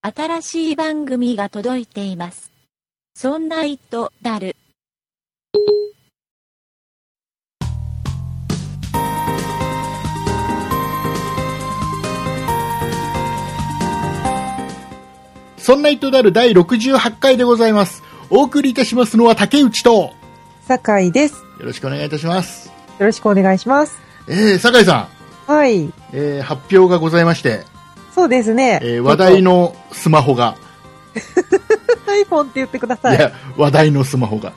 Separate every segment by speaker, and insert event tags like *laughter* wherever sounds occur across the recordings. Speaker 1: 新しい番組が届いています。そんな糸だる。
Speaker 2: そんな糸である第68回でございます。お送りいたしますのは竹内と、よ
Speaker 3: 酒井です。よ
Speaker 2: ろしくお願いいたします。
Speaker 3: ろしくお願いします。
Speaker 2: えー、酒井さ
Speaker 3: はい。
Speaker 2: ん、えー、発表がございまして、
Speaker 3: そうですね。
Speaker 2: えー、話題。のスマホが、
Speaker 3: iPhone って言ってくださ
Speaker 2: い、
Speaker 3: い。は
Speaker 2: や、話題のスマホが、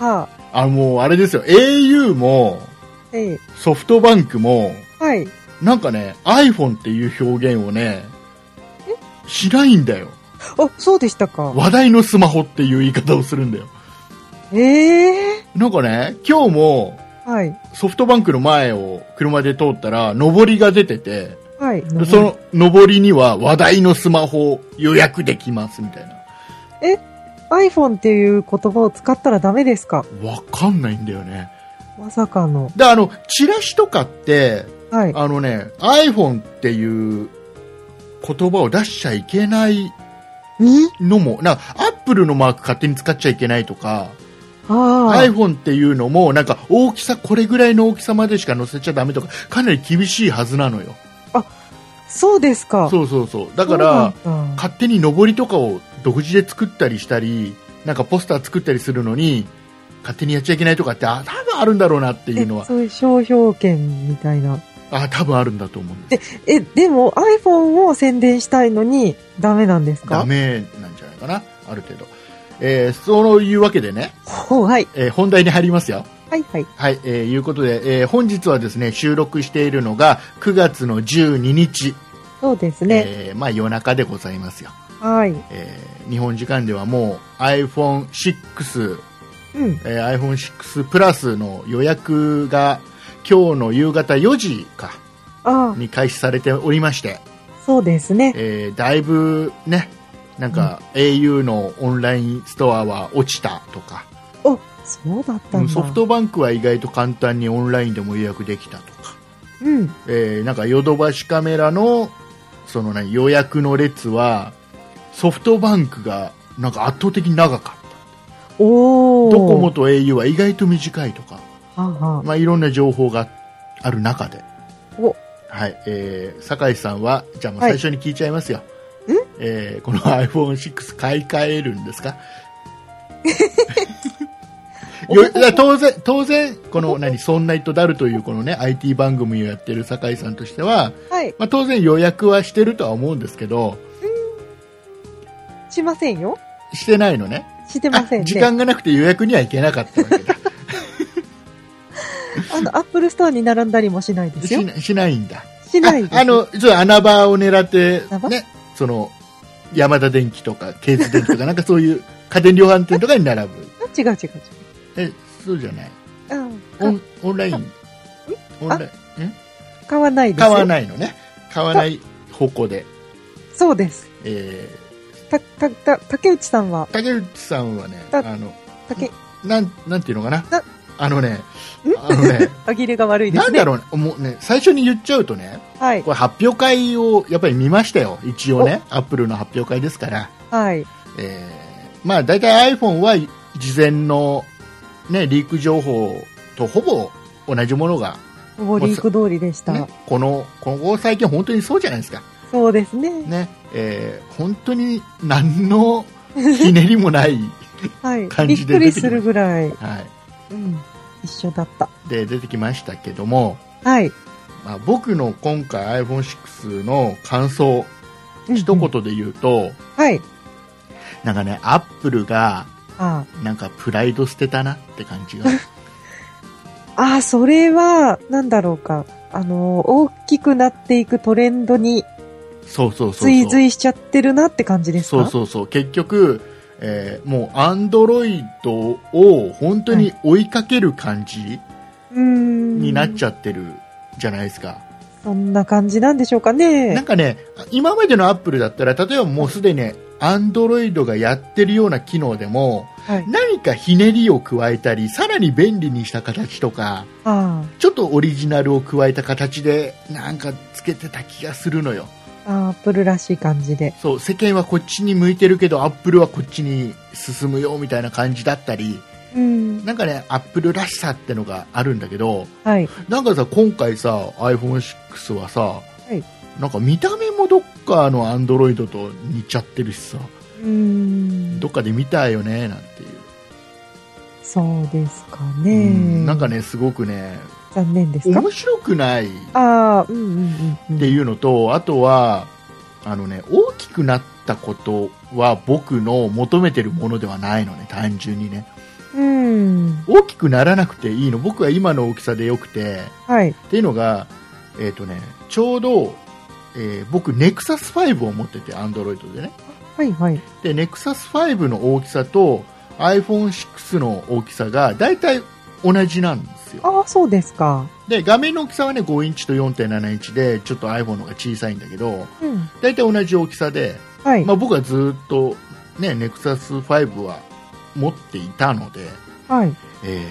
Speaker 3: あ、
Speaker 2: あ、もうあれですよ、au も、
Speaker 3: ええ
Speaker 2: ソフトバンクも、
Speaker 3: はい。
Speaker 2: なんかね、iPhone っていう表現をね、しないんだよ。
Speaker 3: あ、そうでしたか。
Speaker 2: 話題のスマホっていう言い方をするんだよ。
Speaker 3: ええ
Speaker 2: なんかね、今日も、
Speaker 3: はい。
Speaker 2: ソフトバンクの前を車で通ったら、上りが出てて、
Speaker 3: はい。
Speaker 2: でその上りには話題のスマホ予約できますみたいな。
Speaker 3: iPhone っていう言葉を使ったらダメですか
Speaker 2: わかんないんだよね。
Speaker 3: まさかの。
Speaker 2: で、あの、チラシとかって、
Speaker 3: はい。
Speaker 2: あのね、iPhone っていう言葉を出しちゃいけない
Speaker 3: に
Speaker 2: のも、なんか、Apple のマーク勝手に使っちゃいけないとか、
Speaker 3: ああ。
Speaker 2: iPhone っていうのも、なんか、大きさ、これぐらいの大きさまでしか載せちゃダメとか、かなり厳しいはずなのよ。
Speaker 3: そうですか。
Speaker 2: そうそうそう。だ
Speaker 3: そ
Speaker 2: か
Speaker 3: うな
Speaker 2: ら
Speaker 3: ん、だ
Speaker 2: 勝手に上りとかを独自で作ったりしたりなんかポスター作ったりするのに勝手にやっちゃいけないとかってあ多分あるんだろうなっていうの
Speaker 3: え
Speaker 2: は
Speaker 3: そういう商標権みたいな。
Speaker 2: あ多分あるんだと思うんです
Speaker 3: え、でも iPhone を宣伝したいのにダメなんですか
Speaker 2: ダメなんじゃないかなある程度、えーそういうわけでね、
Speaker 3: ほうはい。
Speaker 2: えー本題に入りますよ
Speaker 3: はいはい。
Speaker 2: はい、えーいうことで、えー本日はですね収録しているのが9月の12日、
Speaker 3: そうですね。
Speaker 2: えーまあ夜中でございますよ、
Speaker 3: はい。
Speaker 2: えー日本時間ではもう iPhone6
Speaker 3: うん。
Speaker 2: えー iPhone6 プラスの予約が今日の夕方4時か
Speaker 3: ああ、
Speaker 2: に開始されておりまして、
Speaker 3: そうですね。
Speaker 2: えーだいぶねなんか au のオンラインストアは落ちたとか、
Speaker 3: お、そうだったんだ。
Speaker 2: ソフトバンクは意外と簡単にオンラインでも予約できたとか、
Speaker 3: うん。
Speaker 2: えーなんかヨドバシカメラのその、ね、予約の列はソフトバンクがなんか圧倒的に長かった
Speaker 3: おお。
Speaker 2: ドコモと au は意外と短いとか
Speaker 3: はんはん
Speaker 2: まあ、いろんな情報がある中で、
Speaker 3: お
Speaker 2: はいえー、酒井さんは、じゃあもう
Speaker 3: はい
Speaker 2: 最初に聞いちゃいますよ、
Speaker 3: ん
Speaker 2: えーこの iPhone6 買い替えるんです
Speaker 3: *laughs*
Speaker 2: かよいや当然、当然この何そんな人だるというこの、ね、IT 番組をやってる酒井さんとしては、
Speaker 3: はい。
Speaker 2: まあ、当然予約はしてるとは思うんですけど、
Speaker 3: しませんよ。
Speaker 2: してないのね、
Speaker 3: してませんね。
Speaker 2: 時間がなくて予約には行けなかったわけだ
Speaker 3: あの、アップルストアに並んだりもしないですよ
Speaker 2: し。なしないんだ。
Speaker 3: しないです。
Speaker 2: ああ、の、ちょっと穴場を狙って
Speaker 3: 穴、場
Speaker 2: ね、その、ヤマダ電機とか、ケーズ電機とか、なんかそういう家電量販店とかに並ぶ。
Speaker 3: 違う違う違う。
Speaker 2: え、そうじゃない。
Speaker 3: う
Speaker 2: オ
Speaker 3: ん
Speaker 2: ン、オンライン。オンライン。
Speaker 3: あ。買わないです
Speaker 2: 買
Speaker 3: よ。
Speaker 2: わ
Speaker 3: い。
Speaker 2: ないのね。買わない方向で。
Speaker 3: そうです。
Speaker 2: え
Speaker 3: た、た、た、竹内さんは、
Speaker 2: ー、竹内さんはね、
Speaker 3: だ
Speaker 2: あの、
Speaker 3: 竹、
Speaker 2: なん、なんていうのかな
Speaker 3: な。
Speaker 2: あのね、あのね、
Speaker 3: あぎれが *laughs* 悪いで
Speaker 2: な
Speaker 3: す
Speaker 2: んだ
Speaker 3: ね。
Speaker 2: ろうね、もうね、最初に言っちゃうとね、
Speaker 3: はい
Speaker 2: こ。れ発表会をやっぱり見ましたよ。一応ね、アップルの発表会ですから。
Speaker 3: はい。
Speaker 2: えーまあ大体 iPhone は事前の、ね、リーク情報とほぼ同じものが、
Speaker 3: ボリーク通りでした。
Speaker 2: ね、この、この最近本当にそうじゃないですか。
Speaker 3: そうですね。
Speaker 2: ね、えー本当に何のひねりもない、
Speaker 3: はい
Speaker 2: 感。
Speaker 3: び
Speaker 2: じ
Speaker 3: っ
Speaker 2: で
Speaker 3: く
Speaker 2: 出てきます
Speaker 3: りするぐらい。
Speaker 2: は
Speaker 3: うん。一緒だった。
Speaker 2: い、で出てきましたけども、
Speaker 3: はい。
Speaker 2: まあ、僕の今回 iPhone6 の感想、
Speaker 3: うん
Speaker 2: 一。言で言うと、
Speaker 3: はい。
Speaker 2: なんかね、Apple が、
Speaker 3: あ
Speaker 2: なんかプライド捨てたなって感じが。
Speaker 3: あ。ああ、それは、なんだろうか。あの、大きくなっていくトレンドに
Speaker 2: そうそうそうそう。
Speaker 3: 追随しちゃってるなって感じです
Speaker 2: そ
Speaker 3: か
Speaker 2: うそうそう結局、えーもうアンドロイドを本当に追いかける感じ
Speaker 3: うーん。
Speaker 2: になっち
Speaker 3: ゃ
Speaker 2: ゃってるじゃないですか、
Speaker 3: う。そんな感じなんでしょうかね。
Speaker 2: なんかね今までのアップルだったら例えばもうすでにアンドロイドがやってるような機能でも
Speaker 3: はい。
Speaker 2: 何かひねりを加えたりさらに便利にした形とか
Speaker 3: あ
Speaker 2: ちょっとオリジナルを加えた形でなんかつけてた気がするのよ
Speaker 3: あ。あアップルらしい感じで。
Speaker 2: そう世間はこっちに向いてるけどアップルはこっちに進むよみたいな感じだったり
Speaker 3: うん。
Speaker 2: なんかねアップルらしさってのがあるんだけど
Speaker 3: はい。
Speaker 2: なんかさ今回さ iPhone6 はさ、
Speaker 3: い
Speaker 2: なんか見た目もどっかの Android と似ちゃってるしさ
Speaker 3: うん
Speaker 2: ど。っかで見たよねなんていう、
Speaker 3: そうですか
Speaker 2: う
Speaker 3: ね。
Speaker 2: んなんか。ねすごくね
Speaker 3: 残念ですか
Speaker 2: 面白くない
Speaker 3: ああ、うんうんうん。
Speaker 2: っていうのとあとはあの、ね、大きくなったことは僕の求めてるものではないのね単純にね
Speaker 3: うん。
Speaker 2: 大きくならなくていいの僕は今の大きさでよくて
Speaker 3: はい。
Speaker 2: っていうのが、えーとね、ちょうど、えー僕ネクサス5を持っててアンドロイドでね
Speaker 3: はいはい。
Speaker 2: でネクサス5の大きさと iPhone6 の大きさが大体同じなんですよ
Speaker 3: ああ、そうですか。
Speaker 2: で画面の大きさはね5インチと4.7インチでちょっと iPhone の方が小さいんだけど
Speaker 3: うん。
Speaker 2: 大体同じ大きさで
Speaker 3: はい。
Speaker 2: まあ、僕はずっと、ね、ネクサス5は持っていたので、
Speaker 3: はい。
Speaker 2: え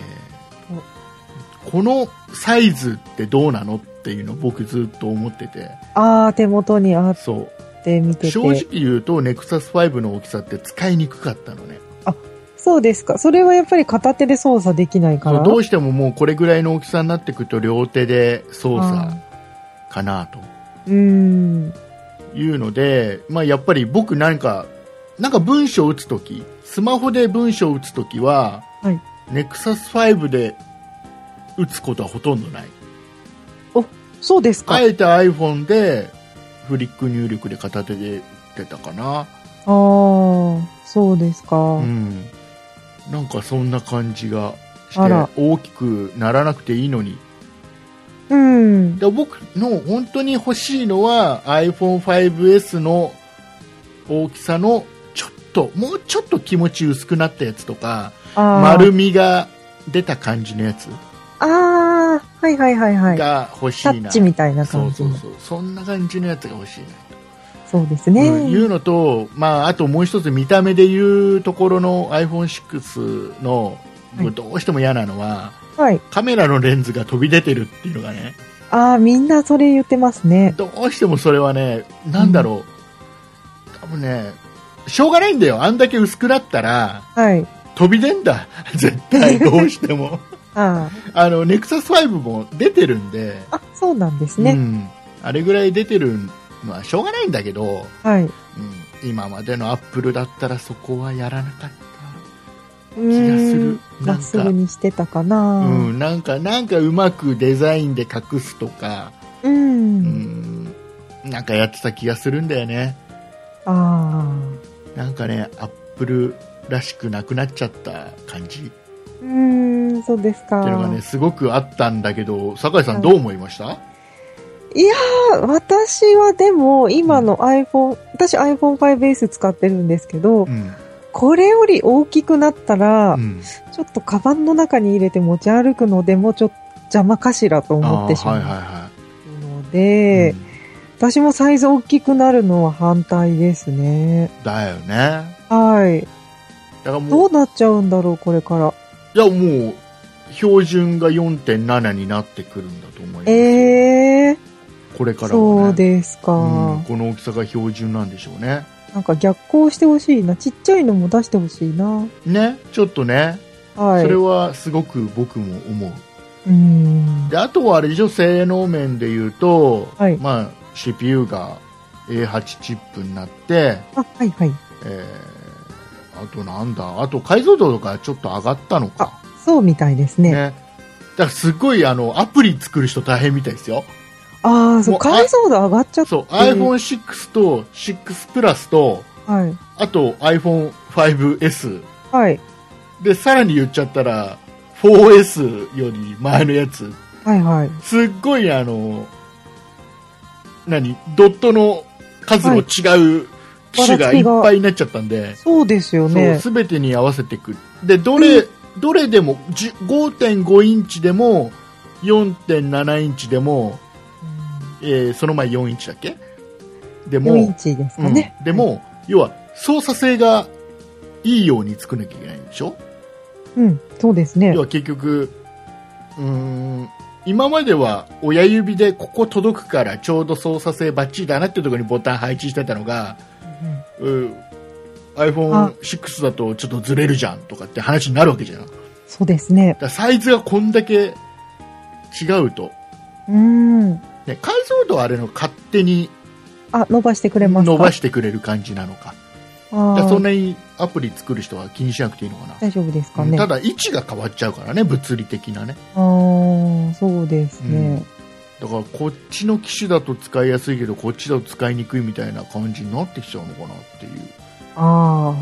Speaker 2: ーこのサイズってどうなのっていうのを僕ずっと思ってて
Speaker 3: ああ、手元にあっ
Speaker 2: そ
Speaker 3: て見て
Speaker 2: う
Speaker 3: て。
Speaker 2: 正直言うとネクサス5の大きさって使いにくかったのね
Speaker 3: そうですか。それはやっぱり片手で操作できないか
Speaker 2: そ
Speaker 3: ら。
Speaker 2: うどうしてももうこれぐらいの大きさになってくると両手で操
Speaker 3: あ
Speaker 2: 作かなと
Speaker 3: うん。
Speaker 2: いうので、まあ、やっぱり僕なんか、なんか文章を打つとき、スマホで文章を打つときは、
Speaker 3: はい
Speaker 2: ネクサス5で打つことはほとんどない。
Speaker 3: そうですか。
Speaker 2: あえて iPhone でフリック入力で片手で打ってたかな。
Speaker 3: ああ、そうですか。
Speaker 2: うん。なんかそんな感じがし
Speaker 3: あら
Speaker 2: て、大きくならなくていいのに。
Speaker 3: うん。
Speaker 2: で僕の本当に欲しいのは iPhone5S の大きさのちょっともうちょっと気持ち薄くなったやつとか
Speaker 3: あー
Speaker 2: 丸みが出た感じのやつ
Speaker 3: ああ、はいはいはいはい。
Speaker 2: が欲しい
Speaker 3: タ
Speaker 2: な、
Speaker 3: ッチみたいな
Speaker 2: そ
Speaker 3: 感
Speaker 2: う
Speaker 3: じ。
Speaker 2: そうそうそんな感じのやつが欲しいな
Speaker 3: そうです
Speaker 2: と、
Speaker 3: ね。
Speaker 2: うんいうのと、まあ、あともう一つ見た目でいうところの iPhone6 の
Speaker 3: はい
Speaker 2: どうしても嫌なのは
Speaker 3: はい。
Speaker 2: カメラのレンズが飛び出てるっていうのがね
Speaker 3: ああ、みんなそれ言ってますね。
Speaker 2: どうしてもそれはね、なんだろう、多分ね、しょうがないんだよ、あんだけ薄くなったら、
Speaker 3: はい。
Speaker 2: 飛び出んだ、 *laughs* 絶対、どうしても。 *laughs*
Speaker 3: あ
Speaker 2: あの、ネクサス5も出てるんで、
Speaker 3: あ、あ、そうなんです
Speaker 2: う
Speaker 3: ね。
Speaker 2: ん、あれぐらい出てるのはしょうがないんだけど、
Speaker 3: はい。
Speaker 2: う
Speaker 3: う
Speaker 2: ん、今までのアップルだったらそこはやらなかった気がす
Speaker 3: ー
Speaker 2: る
Speaker 3: ん。。
Speaker 2: な
Speaker 3: まっ
Speaker 2: ん
Speaker 3: す
Speaker 2: か
Speaker 3: ぐ、にしてたかな。
Speaker 2: うん、なんか、なんかうまくデザインで隠すとか、
Speaker 3: う。
Speaker 2: うんん、なんかやってた気がするんだよね。
Speaker 3: ああ。
Speaker 2: なんかね、アップルらしくなくなっちゃった感じって
Speaker 3: うーん、そうですか。
Speaker 2: いうのがね、すごくあったんだけど、酒井さんどう思いました、
Speaker 3: あ私はでも、今の iPhone、私 iPhone5S 使ってるんですけど、
Speaker 2: うん。
Speaker 3: これより大きくなったら、
Speaker 2: うん
Speaker 3: ちょっとカバンの中に入れて持ち歩くのでもちょっと邪魔かしらと思ってしま
Speaker 2: あ
Speaker 3: う
Speaker 2: ーはいはいはい。
Speaker 3: ので、私もサイズ大きくなるのは反対ですね
Speaker 2: う。んだよね。
Speaker 3: はい。
Speaker 2: だからも
Speaker 3: ど
Speaker 2: う、
Speaker 3: うなっちゃうんだろう、これから。
Speaker 2: いやもう、標準が4.7になってくるんだと思いますよ。
Speaker 3: ええ
Speaker 2: これか
Speaker 3: ー、
Speaker 2: らは、ね。
Speaker 3: そうですか。
Speaker 2: うんこの大きさが標準なんでしょうね。
Speaker 3: なんか逆行してほしいな。ちっちゃいのも出してほしいな。
Speaker 2: ね、ちょっとね、
Speaker 3: はい。
Speaker 2: それ
Speaker 3: う
Speaker 2: はすごく僕も思う。
Speaker 3: ーん。
Speaker 2: であとはあれでしょ性能面で言うと、
Speaker 3: はい
Speaker 2: まあ、CPU が A8 チップになって、
Speaker 3: あ、はいはい。
Speaker 2: えーあとなんだあと解像度がちょっと上がったのか、
Speaker 3: そうみたいですね。
Speaker 2: ね、だからすごいあのアプリ作る人大変みたいですよ
Speaker 3: ああ、そ
Speaker 2: もう
Speaker 3: う、解像度上がっちゃった。
Speaker 2: そう、iPhone6 と6プラスと
Speaker 3: はい。
Speaker 2: あと iPhone5S
Speaker 3: はい。
Speaker 2: でさらに言っちゃったら 4S より前のやつ
Speaker 3: はいはい。
Speaker 2: すっごいあの、何ドットの数の違う機種がいっぱいになっちゃったんで、
Speaker 3: そうですよ
Speaker 2: そう、
Speaker 3: ね。
Speaker 2: すべてに合わせてくる。で、どれ、どれでも、じゅ5.5インチでも、4.7インチでも、えーその前4インチだっけで
Speaker 3: 4イン
Speaker 2: も、
Speaker 3: チですかね。
Speaker 2: うんでも、要は、操作性がいいように作らなきゃいけないんでしょ
Speaker 3: うん、そうですね
Speaker 2: 要。は結局、うーん、今までは親指でここ届くからちょうど操作性バッチリだなっていうところにボタン配置してたのが、うん iPhone6 だとちょっとずれるじゃんとかって話になるわけじゃんだか
Speaker 3: そうですね。
Speaker 2: らサイズがこんだけ違うと、
Speaker 3: うん。
Speaker 2: ね、解像度はあれの勝手に
Speaker 3: あ、伸ばしてくれますか
Speaker 2: 伸ばしてくれる感じなのかだ
Speaker 3: あ
Speaker 2: から
Speaker 3: ー
Speaker 2: そんなにアプリ作る人は気にしなくていいのかな、
Speaker 3: 大丈夫ですかね。
Speaker 2: ただ位置が変わっちゃうからね物理的なね
Speaker 3: あーそうですね。
Speaker 2: だからこっちの機種だと使いやすいけどこっちだと使いにくいみたいな感じになってきちゃうのかなっていう
Speaker 3: あ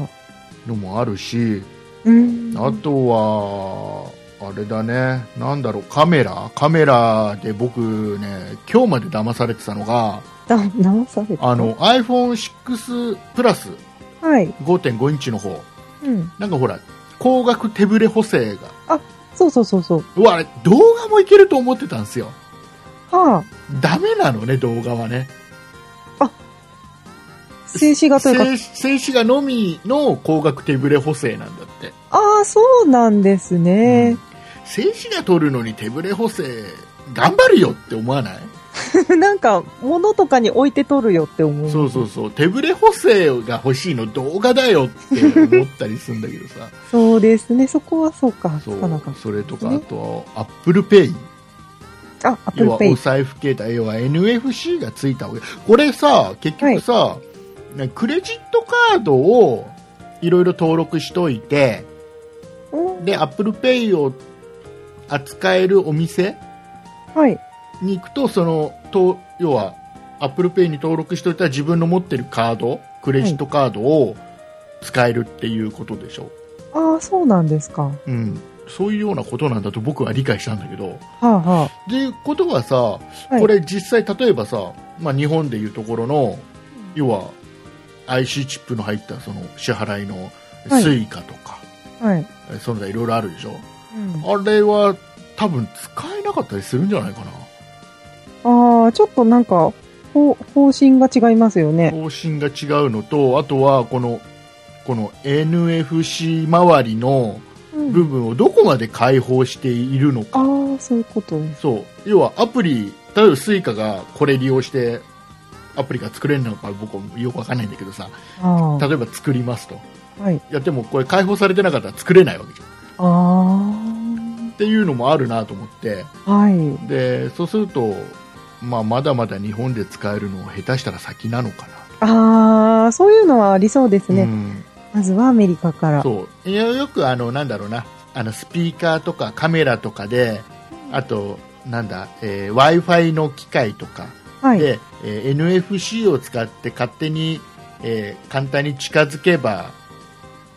Speaker 3: あ。
Speaker 2: のもあるし、
Speaker 3: うん。
Speaker 2: あとはあれだねなんだろうカメラカメラで僕ね今日まで騙されてたのが
Speaker 3: だ、直された。
Speaker 2: あの iPhone6 プラス
Speaker 3: はい。
Speaker 2: 5.5インチの方
Speaker 3: うん。
Speaker 2: なんかほら光学手ブレ補正が
Speaker 3: そうそうそうそう。
Speaker 2: うわあれ動画もいけると思ってたんですよ
Speaker 3: は
Speaker 2: ダメなのね動画はね
Speaker 3: あ。静止画というか、
Speaker 2: 静静止画のみの光学手ブレ補正なんだって、
Speaker 3: ああ、そうなんですね。
Speaker 2: 静止画撮るのに手ブレ補正頑張るよって思わない、
Speaker 3: *laughs* なんか、物とかに置いて撮るよって思う。
Speaker 2: そうそうそう手ブレ補正が欲しいの動画だよって思ったりするんだけどさ
Speaker 3: そうですね。そこはそうか。
Speaker 2: そ
Speaker 3: つかなかっ
Speaker 2: うそれとか
Speaker 3: ね
Speaker 2: あとアップルペイ
Speaker 3: た。あ、アップ
Speaker 2: 要
Speaker 3: ル
Speaker 2: は
Speaker 3: ペ
Speaker 2: お
Speaker 3: イ。
Speaker 2: 財布携帯要は NFC がついたわけこれさ結局さ、ねクレジットカードをいろいろ登録しといて
Speaker 3: うん
Speaker 2: で ApplePay を扱えるお店
Speaker 3: はい。
Speaker 2: に行くとそのと要は ApplePay に登録しておいた自分の持ってるカードクレジットカードを使えるっていうことでしょ、
Speaker 3: ああ、そうなんですか。は
Speaker 2: うん、そういうようなことなんだと僕は理解したんだけど
Speaker 3: あは
Speaker 2: っていうことはさ
Speaker 3: はい
Speaker 2: これ実際例えばさ、まあ、日本でいうところの要は IC チップの入ったその支払いの
Speaker 3: はい
Speaker 2: Suica とか、
Speaker 3: あ。はい。
Speaker 2: えその他いろいろあるでしょ
Speaker 3: うん
Speaker 2: あれは多分使えなかったりするんじゃないかな
Speaker 3: ああ、ちょっとなんか、方方針が違いますよ *laughs* ね。
Speaker 2: 方針が違うのとあとはこのこの NFC 周りの
Speaker 3: うん
Speaker 2: 部分をどこまで開放しているのか、
Speaker 3: ああ、そういうことです。
Speaker 2: そう要はアプリ例えば Suica がこれ利用してアプリが作れるのか僕もよくわかんないんだけどさ
Speaker 3: あ
Speaker 2: 例えば作りますと
Speaker 3: あ。はい。
Speaker 2: やってもこれ開放されてなかったら作れないわけじゃん
Speaker 3: ああ。
Speaker 2: っていうのもあるなと思って
Speaker 3: はい。
Speaker 2: でそうすると、まあ、まだまだ日本で使えるのを下手したら先なのかな
Speaker 3: ああ、そういうのはありそうです
Speaker 2: と、う
Speaker 3: ね。
Speaker 2: ん
Speaker 3: まずはアメリカから。
Speaker 2: そういやよくあのなんだろうなあのスピーカーとかカメラとかであとなんだ、え w i f i の機械とか
Speaker 3: はい。
Speaker 2: で、えー NFC を使って勝手に、えー簡単に近づけば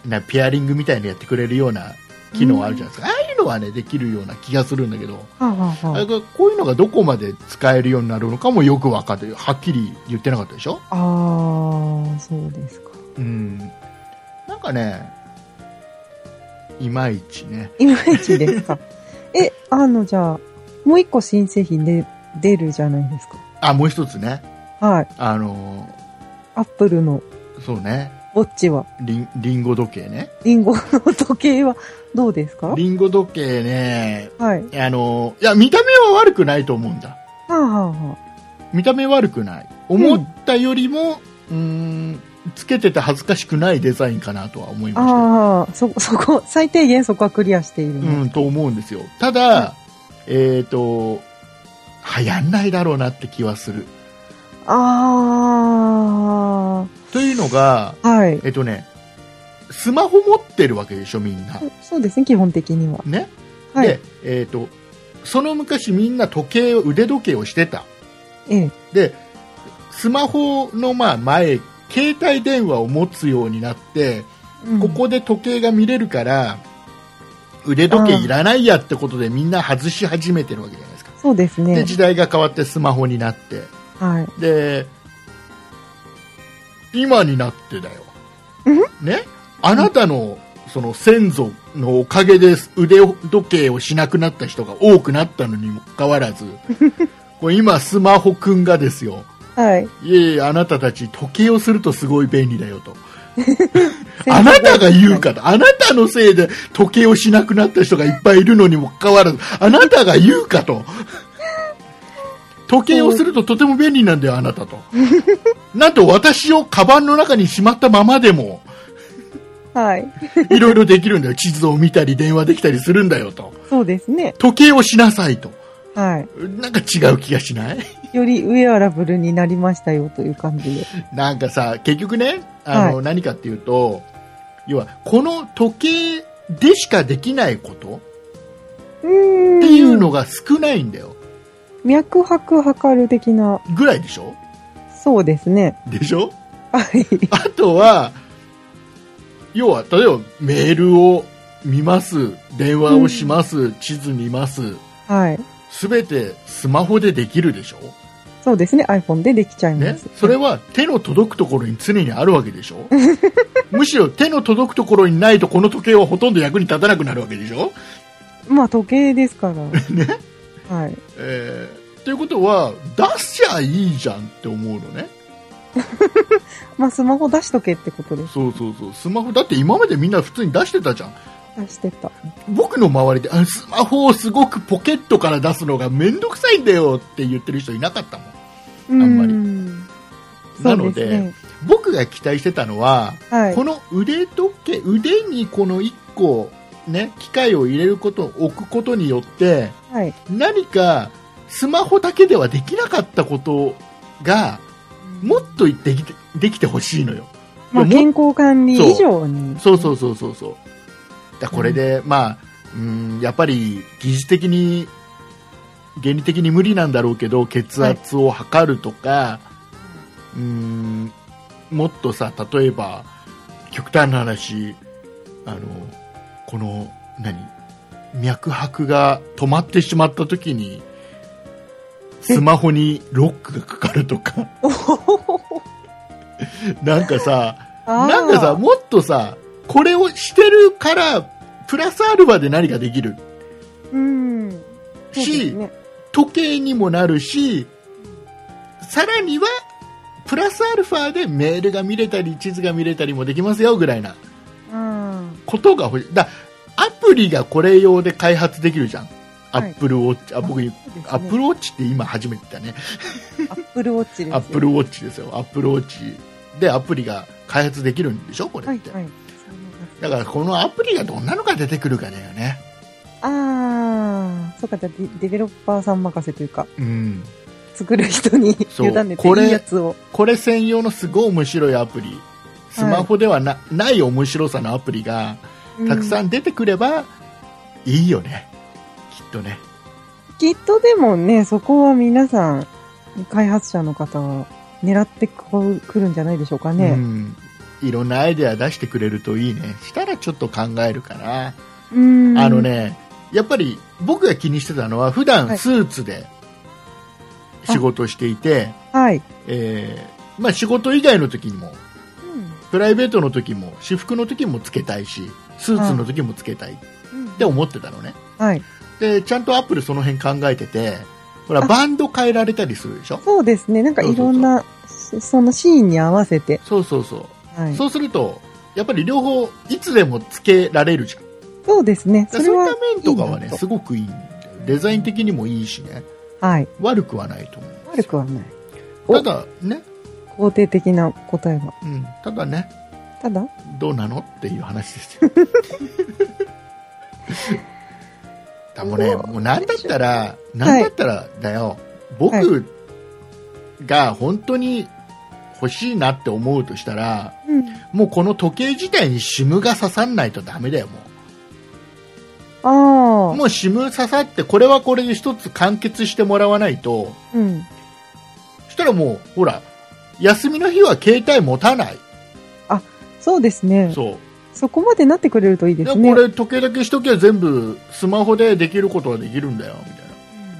Speaker 2: なペアリングみたいなのやってくれるような機能あるじゃないですか、ああいうのは、ね、できるような気がするんだけど、
Speaker 3: はあ、はあ
Speaker 2: あ
Speaker 3: は
Speaker 2: れがこういうのがどこまで使えるようになるのかもよく分かってはっきり言ってなかったでしょ、
Speaker 3: あ、ああ、そうですか。
Speaker 2: うん、なんかねいまいちね
Speaker 3: いまいちですか。 *laughs* え、あの、じゃあ、もう一個新製品で出るじゃないですか。
Speaker 2: あもう一つね
Speaker 3: はい。
Speaker 2: あの
Speaker 3: アップルの
Speaker 2: ーそうね
Speaker 3: ウォッチは、
Speaker 2: りんりんご時計ね
Speaker 3: リンゴの時計はどうですか
Speaker 2: りんご時計ね
Speaker 3: はい。は
Speaker 2: あのーいや見た目は悪くないと思うんだ
Speaker 3: あ、はあは
Speaker 2: 見た目悪くない思ったよりも、うーん、つけてて恥ずかしくないデザインかなとは思いましたよ
Speaker 3: あ、ああ、そ、そこ、 *laughs* 最低限そこはクリアしているね、
Speaker 2: うん、と思うんですよ。ただ、えっ、と、流行んないだろうなって気はする。
Speaker 3: あ
Speaker 2: というのが、
Speaker 3: あ、はい。
Speaker 2: えっ、とね、スマホ持ってるわけでしょ、みんな。
Speaker 3: そうですね、基本的には。
Speaker 2: ね。
Speaker 3: はい。
Speaker 2: で、えっ、と、その昔みんな時計を、腕時計をしてた。
Speaker 3: ええ。
Speaker 2: で、スマホのまあ前、携帯電話を持つようになって、
Speaker 3: うん
Speaker 2: ここで時計が見れるから、腕時計いらないやってことでみんな外し始めてるわけじゃないですか。
Speaker 3: そうです
Speaker 2: で
Speaker 3: ね。
Speaker 2: 時代が変わってスマホになって
Speaker 3: はい。
Speaker 2: で今になってだよ
Speaker 3: うん、
Speaker 2: ね、あなたのその先祖のおかげで腕時計をしなくなった人が多くなったのにもかかわ
Speaker 3: *laughs*
Speaker 2: らずこれ今、スマホくんがですよ
Speaker 3: はい。
Speaker 2: いえいえあなたたち時計をするとすごい便利だよと
Speaker 3: 先
Speaker 2: あ
Speaker 3: 生
Speaker 2: なたが言うからあなたのせいで時計をしなくなった人がいっぱいいるのにもかかわらずあなたが言うかと時計をするととても便利なんだよ、あなたと。なんと私をカバンの中にしまったままでも、
Speaker 3: はい。
Speaker 2: いろいろできるんだよ。地図を見たり、電話できたりするんだよと。
Speaker 3: そうですね。
Speaker 2: 時計をしなさいと。
Speaker 3: は
Speaker 2: なんか違う気がしない
Speaker 3: い。よりウェアラブルになりましたよという感じで。
Speaker 2: なんかさ、結局ね、あの、
Speaker 3: は
Speaker 2: 何かっていうと、要は、この時計でしかできないこと
Speaker 3: うーん。
Speaker 2: っていうのが少ないんだよ。
Speaker 3: 脈拍測る的な、
Speaker 2: ぐらいでしょ
Speaker 3: そうですね。
Speaker 2: でしょ
Speaker 3: はい。
Speaker 2: あとは、要は、例えばメールを見ます、電話をします、地図見ます、
Speaker 3: はい。
Speaker 2: すべてスマホでできるでしょ
Speaker 3: そうですね。iPhone でできちゃいま
Speaker 2: ね
Speaker 3: す。、
Speaker 2: それは手の届くところに常にあるわけで *laughs* しょむしろ手の届くところにないとこの時計はほとんど役に立たなくなるわけでしょ、
Speaker 3: まあ時計です
Speaker 2: *laughs*
Speaker 3: から。ね。はい。
Speaker 2: えー、ということは出しゃいいじゃんって思うのね
Speaker 3: まあスマホ出しとけってことです。
Speaker 2: そうそうそうスマホだって今までみんな普通に出してたじゃん
Speaker 3: 出してた。
Speaker 2: 僕の周りであスマホをすごくポケットから出すのがめんどくさいんだよって言ってる人いなかったもん
Speaker 3: あん
Speaker 2: まり
Speaker 3: そ
Speaker 2: な
Speaker 3: う
Speaker 2: の
Speaker 3: です
Speaker 2: で
Speaker 3: ね。
Speaker 2: 僕が期待してたのは
Speaker 3: はい
Speaker 2: こ。の腕時計腕にこの1個、ね、機械を入れること置くことによって
Speaker 3: はい。
Speaker 2: 何かスマホだけではできなかったことがもっとできてできてほしいのよ。
Speaker 3: まあ
Speaker 2: いやも
Speaker 3: 健
Speaker 2: っ
Speaker 3: 康管理以上に。
Speaker 2: そうそうそうそうそうだこれで、まあうんやっぱり技術的に原理的に無理なんだろうけど血圧を測るとか、うんもっとさ例えば極端な話あのこの何脈拍が止まってしまった時にスマホにロックがかかるとかなんかさ
Speaker 3: あー
Speaker 2: なんかさ、もっとさ、これをしてるから、プラスアルファで何かできる。
Speaker 3: うん。そうで
Speaker 2: し、
Speaker 3: すね
Speaker 2: 時計にもなるし、さらには、プラスアルファでメールが見れたり、地図が見れたりもできますよ、ぐらいな
Speaker 3: うん。
Speaker 2: ことが欲しい。だアプリがこれ用で開発できるじゃん。ア
Speaker 3: はい
Speaker 2: ップルウォッチ、あ、僕、アップ
Speaker 3: ル、
Speaker 2: ルウォッチって今初めてだね。
Speaker 3: アップルウォッチです。
Speaker 2: アップルウォッチですよ。アップルウォッチでアプリが開発できるんでしょ、こ
Speaker 3: は
Speaker 2: れっ
Speaker 3: い
Speaker 2: て。
Speaker 3: はい。
Speaker 2: だからこのアプリがどんなのが出てくるかだよね。
Speaker 3: ああ、そうか、じゃあデデベロッパーさん任せというか、
Speaker 2: うん。
Speaker 3: 作る人に
Speaker 2: *laughs* そう
Speaker 3: 委ねて
Speaker 2: これ
Speaker 3: いいやつを。
Speaker 2: これ専用のすごい面白いアプリスマホではな,、ない面白さのアプリがたくさ
Speaker 3: うん
Speaker 2: 出てくればいいよね、きっとね
Speaker 3: ん。きっとでもね、そこは皆さん、開発者の方は狙ってこくるんじゃないでしょうか
Speaker 2: う
Speaker 3: ね。
Speaker 2: ん、いろんなアイデア出してくれるといいねしたらちょっと考えるかな、
Speaker 3: うん。
Speaker 2: あの。ねやっぱり僕が気にしてたのは普
Speaker 3: は
Speaker 2: 段
Speaker 3: い
Speaker 2: スーツで仕事していて、
Speaker 3: はい。
Speaker 2: えーまあ、仕事以外の時にも
Speaker 3: う
Speaker 2: プライベートの時も私服の時もつけたいしスーツの時もつけたいっ
Speaker 3: ん。
Speaker 2: て思ってたのね、
Speaker 3: はい。
Speaker 2: でちゃんとアップルその辺考えててほら
Speaker 3: あ
Speaker 2: バンド変えられたりするでしょ
Speaker 3: そうですね。なんかいろんな、しそのシーンに合わせて。
Speaker 2: そうそうそう、
Speaker 3: はい。
Speaker 2: そうするとやっぱり両方いつでもつけられるじゃん
Speaker 3: そうですね。
Speaker 2: そ
Speaker 3: そ
Speaker 2: そ
Speaker 3: れ
Speaker 2: の
Speaker 3: は
Speaker 2: ためとかはいね
Speaker 3: いなと
Speaker 2: すごくいいんだよデザイン的にもいいしね
Speaker 3: はい。
Speaker 2: 悪くはないと思う
Speaker 3: 悪くはない。お
Speaker 2: ただね、
Speaker 3: 肯定的な答えは。
Speaker 2: うん、ただね
Speaker 3: ただ
Speaker 2: どうなのっていう話 *laughs* ですよだもうね
Speaker 3: どう
Speaker 2: もう何だったら何だったらだよ、僕が本当に欲しいなって思うとしたら
Speaker 3: うん。
Speaker 2: もうこの時計自体にシムが刺さんないとダメだよもう
Speaker 3: ああ。
Speaker 2: もうシム刺さってこれはこれで一つ完結してもらわないと
Speaker 3: うん。
Speaker 2: そしたらもうほら休みの日は携帯持たない、
Speaker 3: そうですね。
Speaker 2: そう
Speaker 3: そこまでなってくれるといいで
Speaker 2: ですこ
Speaker 3: ね。
Speaker 2: れ時計だけしときゃ全部スマホでできることはできるんだよみたい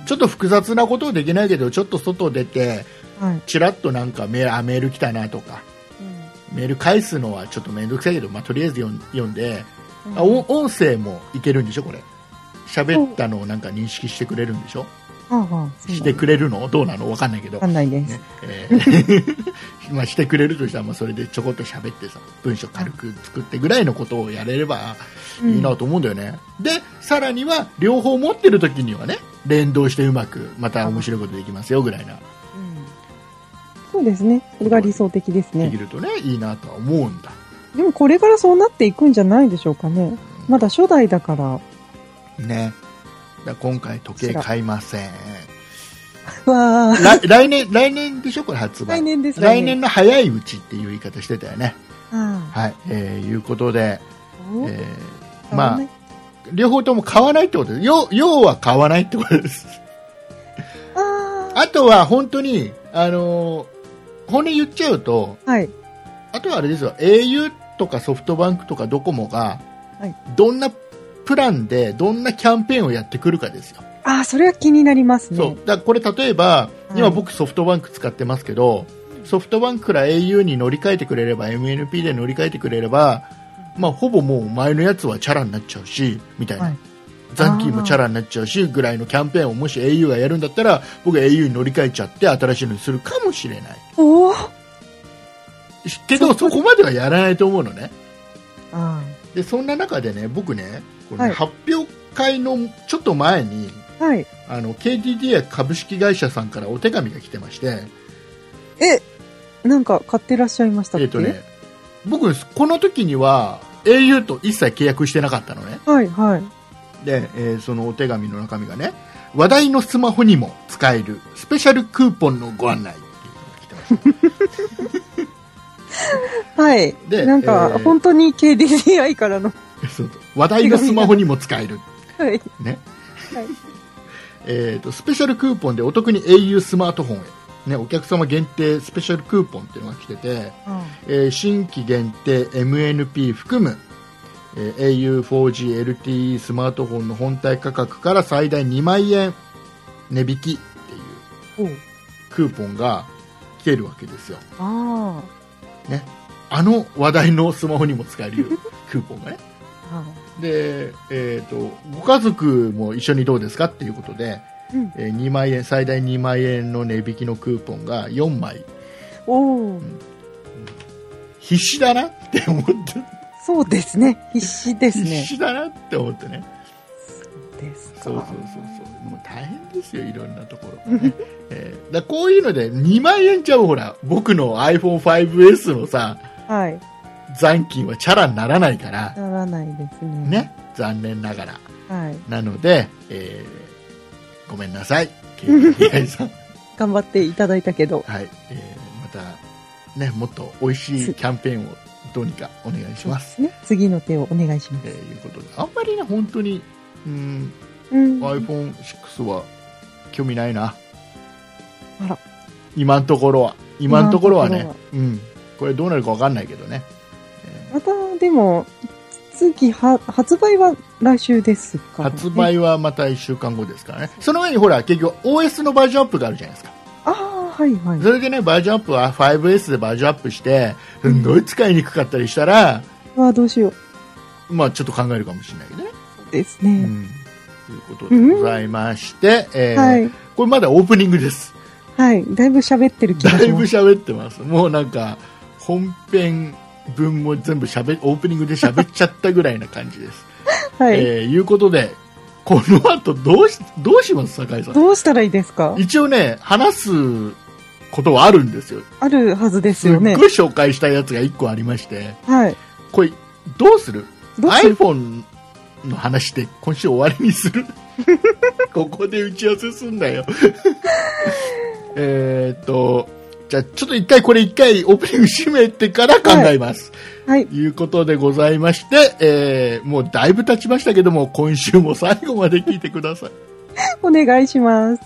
Speaker 2: なちょっと複雑なことはできないけどちょっと外出て
Speaker 3: はい。
Speaker 2: ちらっとなんかメールあメール来たなとかメール返すのはちょっと面倒くさいけど、まあ、とりあえず読ん読んで、
Speaker 3: うん
Speaker 2: あ音音声もいけるんでしょこれ喋ったのをなんか認識してくれるんでしょ
Speaker 3: はあはあ。そう
Speaker 2: してくれるのどうなのわかんないけど
Speaker 3: わか、んないです
Speaker 2: ね。え
Speaker 3: *laughs*
Speaker 2: ーまあしてくれるとしたらまあそれでちょこっと喋ってさ文章軽く作ってぐらいのことをやれればいいなと思うんだよね、でさらには両方持ってる時にはね連動してうまくまた面白いことできますよぐらいな、
Speaker 3: そうですね。それが理想的です
Speaker 2: でき
Speaker 3: ね。
Speaker 2: るとねいいなとは思うんだ
Speaker 3: でもこれからそうなっていくんじゃないでしょうかね。まだ初代だから。
Speaker 2: ねだから今回時計買いません
Speaker 3: わー。
Speaker 2: 来来年来年でしょこれ発売
Speaker 3: 来年ですね。
Speaker 2: 来年の早いうちっていう言い方してたよね
Speaker 3: あ
Speaker 2: はいえー、いうことで、
Speaker 3: ー。
Speaker 2: え
Speaker 3: お
Speaker 2: ーまあ両方とも買わないってことです要要は買わないってことです
Speaker 3: あ
Speaker 2: あとは本当に、あのー本音言っちゃうと、
Speaker 3: あ。はい。
Speaker 2: あとはあれですよ、au とかソフトバンクとかドコモが、
Speaker 3: はい
Speaker 2: どんなプランで、どんなキャンペーンをやってくるかですよ。
Speaker 3: ああ、それは気になりますね。
Speaker 2: そう。だからこれ例えば、
Speaker 3: い
Speaker 2: 今僕ソフトバンク使ってますけど、ソフトバンクから au に乗り換えてくれれば、MNP で乗り換えてくれれば、まあ、ほぼもう前のやつはチャラになっちゃうし、みたいな。
Speaker 3: はい
Speaker 2: 残金もチャラになっちゃうし、ぐらいのキャンペーンをもし au がやるんだったら、僕 au に乗り換えちゃって新しいのにするかもしれない。
Speaker 3: おお。あ
Speaker 2: けど、そこまではやらないと思うのね。
Speaker 3: あ
Speaker 2: で、そんな中でね、僕ね、これね
Speaker 3: はい
Speaker 2: 発表会のちょっと前に、
Speaker 3: ー。はい。
Speaker 2: あの、KDDI 株式会社さんからお手紙が来てまして、
Speaker 3: なんか買ってらっしゃいましたっ
Speaker 2: え
Speaker 3: け、
Speaker 2: っとね、僕、この時には au と一切契約してなかったのね。
Speaker 3: はい、はい。
Speaker 2: で、えーそのお手紙の中身がね、話題のスマホにも使えるスペシャルクーポンのご案内っていうのが来てました。
Speaker 3: はい。
Speaker 2: で
Speaker 3: なんか、
Speaker 2: えー
Speaker 3: 本当に KDDI からの。 *laughs*
Speaker 2: そう話題のスマホにも使える。
Speaker 3: はい。
Speaker 2: ね。
Speaker 3: はい
Speaker 2: えーと、スペシャルクーポンでお得に au スマートフォンへ。ね、お客様限定スペシャルクーポンっていうのが来てて、えー新規限定 MNP 含む、えー au4G LTE スマートフォンの本体価格から最大2万円値引きっていう
Speaker 3: おう
Speaker 2: クーポンが来てるわけですよ。
Speaker 3: あ
Speaker 2: あの話題のスマホにも使え
Speaker 3: *laughs*
Speaker 2: るクーポンがね。
Speaker 3: あ。は
Speaker 2: で、えー、とご家族も一緒にどうですかっていうことで、
Speaker 3: いうん。
Speaker 2: えー2万円最大2万円の値引きのクーポンが4枚
Speaker 3: おお。
Speaker 2: 必死だなって思って、
Speaker 3: そうですね。必死です
Speaker 2: 必
Speaker 3: ね。
Speaker 2: 死だなって思ってね
Speaker 3: ですか。
Speaker 2: そうそうそうそうもう大変ですよいろんなところがね、えーだこういうので2万円じゃほら僕の iPhone5S のさ
Speaker 3: はい。
Speaker 2: 残金はチャラにならないから
Speaker 3: ならないですね。。
Speaker 2: ね残念ながら
Speaker 3: はい。
Speaker 2: なので、えーごめんなさい KDDI さん
Speaker 3: 頑張っていただいたけど。
Speaker 2: はい、えーまたねもっと美味しいキャンペーンをどうにかお願いします。
Speaker 3: ね。次の手をお願いしま
Speaker 2: えー
Speaker 3: す。
Speaker 2: いうことであんまりね本当にうん
Speaker 3: うん。
Speaker 2: iPhone6 は興味ないな。
Speaker 3: あら
Speaker 2: 今のところは今のところはね
Speaker 3: 今のと
Speaker 2: うんこれどうなるかわかんないけどね。えー
Speaker 3: また、でも、次は、発売は来週ですから、ね。
Speaker 2: 発売はまた1週間後ですからね、その上にほら結局 OS のバージョンアップがあるじゃないですか、
Speaker 3: ああ、はいはい。
Speaker 2: それでねバージョンアップは 5S でバージョンアップして、すんごい使いにくかったりしたら、
Speaker 3: わあ、どうしよう。
Speaker 2: まあ、ちょっと考えるかもしれないけどね。
Speaker 3: ですね。
Speaker 2: ということでございまして、えー
Speaker 3: はい。
Speaker 2: これまだオープニングです。
Speaker 3: はい。だいぶ喋ってる気が
Speaker 2: だ
Speaker 3: し
Speaker 2: いぶ
Speaker 3: ます。
Speaker 2: 喋ってます。もうなんか、本編分も全部喋、オープニングで喋っちゃったぐらいな感じです。
Speaker 3: はい。
Speaker 2: えーいうことで、この後どうし、どうします酒井さん。
Speaker 3: どうしたらいいですか
Speaker 2: 一応ね、話すことはあるんですよ。
Speaker 3: あるはずです
Speaker 2: すっ
Speaker 3: よ
Speaker 2: ごい
Speaker 3: ね。
Speaker 2: 紹介したいやつが一個ありまして、
Speaker 3: はい。
Speaker 2: これ、どうする
Speaker 3: どうする
Speaker 2: iPhone の話で今週終わりにす
Speaker 3: *laughs*
Speaker 2: るここで打ち合わせすんなよ *laughs* えーっとじゃあちょっと一回これ一回オープニング締めてから考えます、
Speaker 3: はい。
Speaker 2: い、うことでございまして、えーもうだいぶ経ちましたけども今週も最後まで聞いてください *laughs*
Speaker 3: お願いします。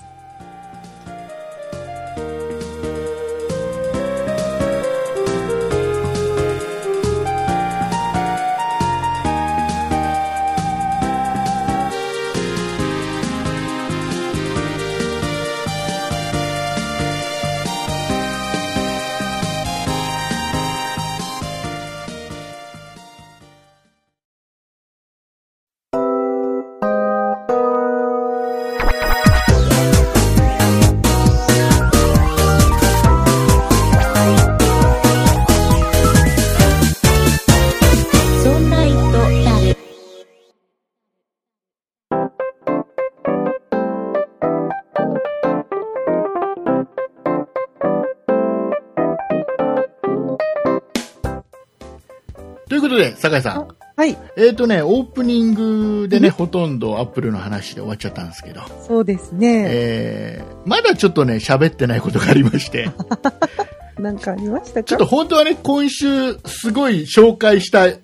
Speaker 2: ということで、酒井さん。
Speaker 3: はい、
Speaker 2: えっ、とね、オープニングでね、ほとんどアップルの話で終わっちゃったんですけど、
Speaker 3: そうですね。
Speaker 2: えー、まだちょっとね、喋ってないことがありまして、
Speaker 3: なんかありました
Speaker 2: ちょ
Speaker 3: か
Speaker 2: っと本当はね、今週、すごい紹介したい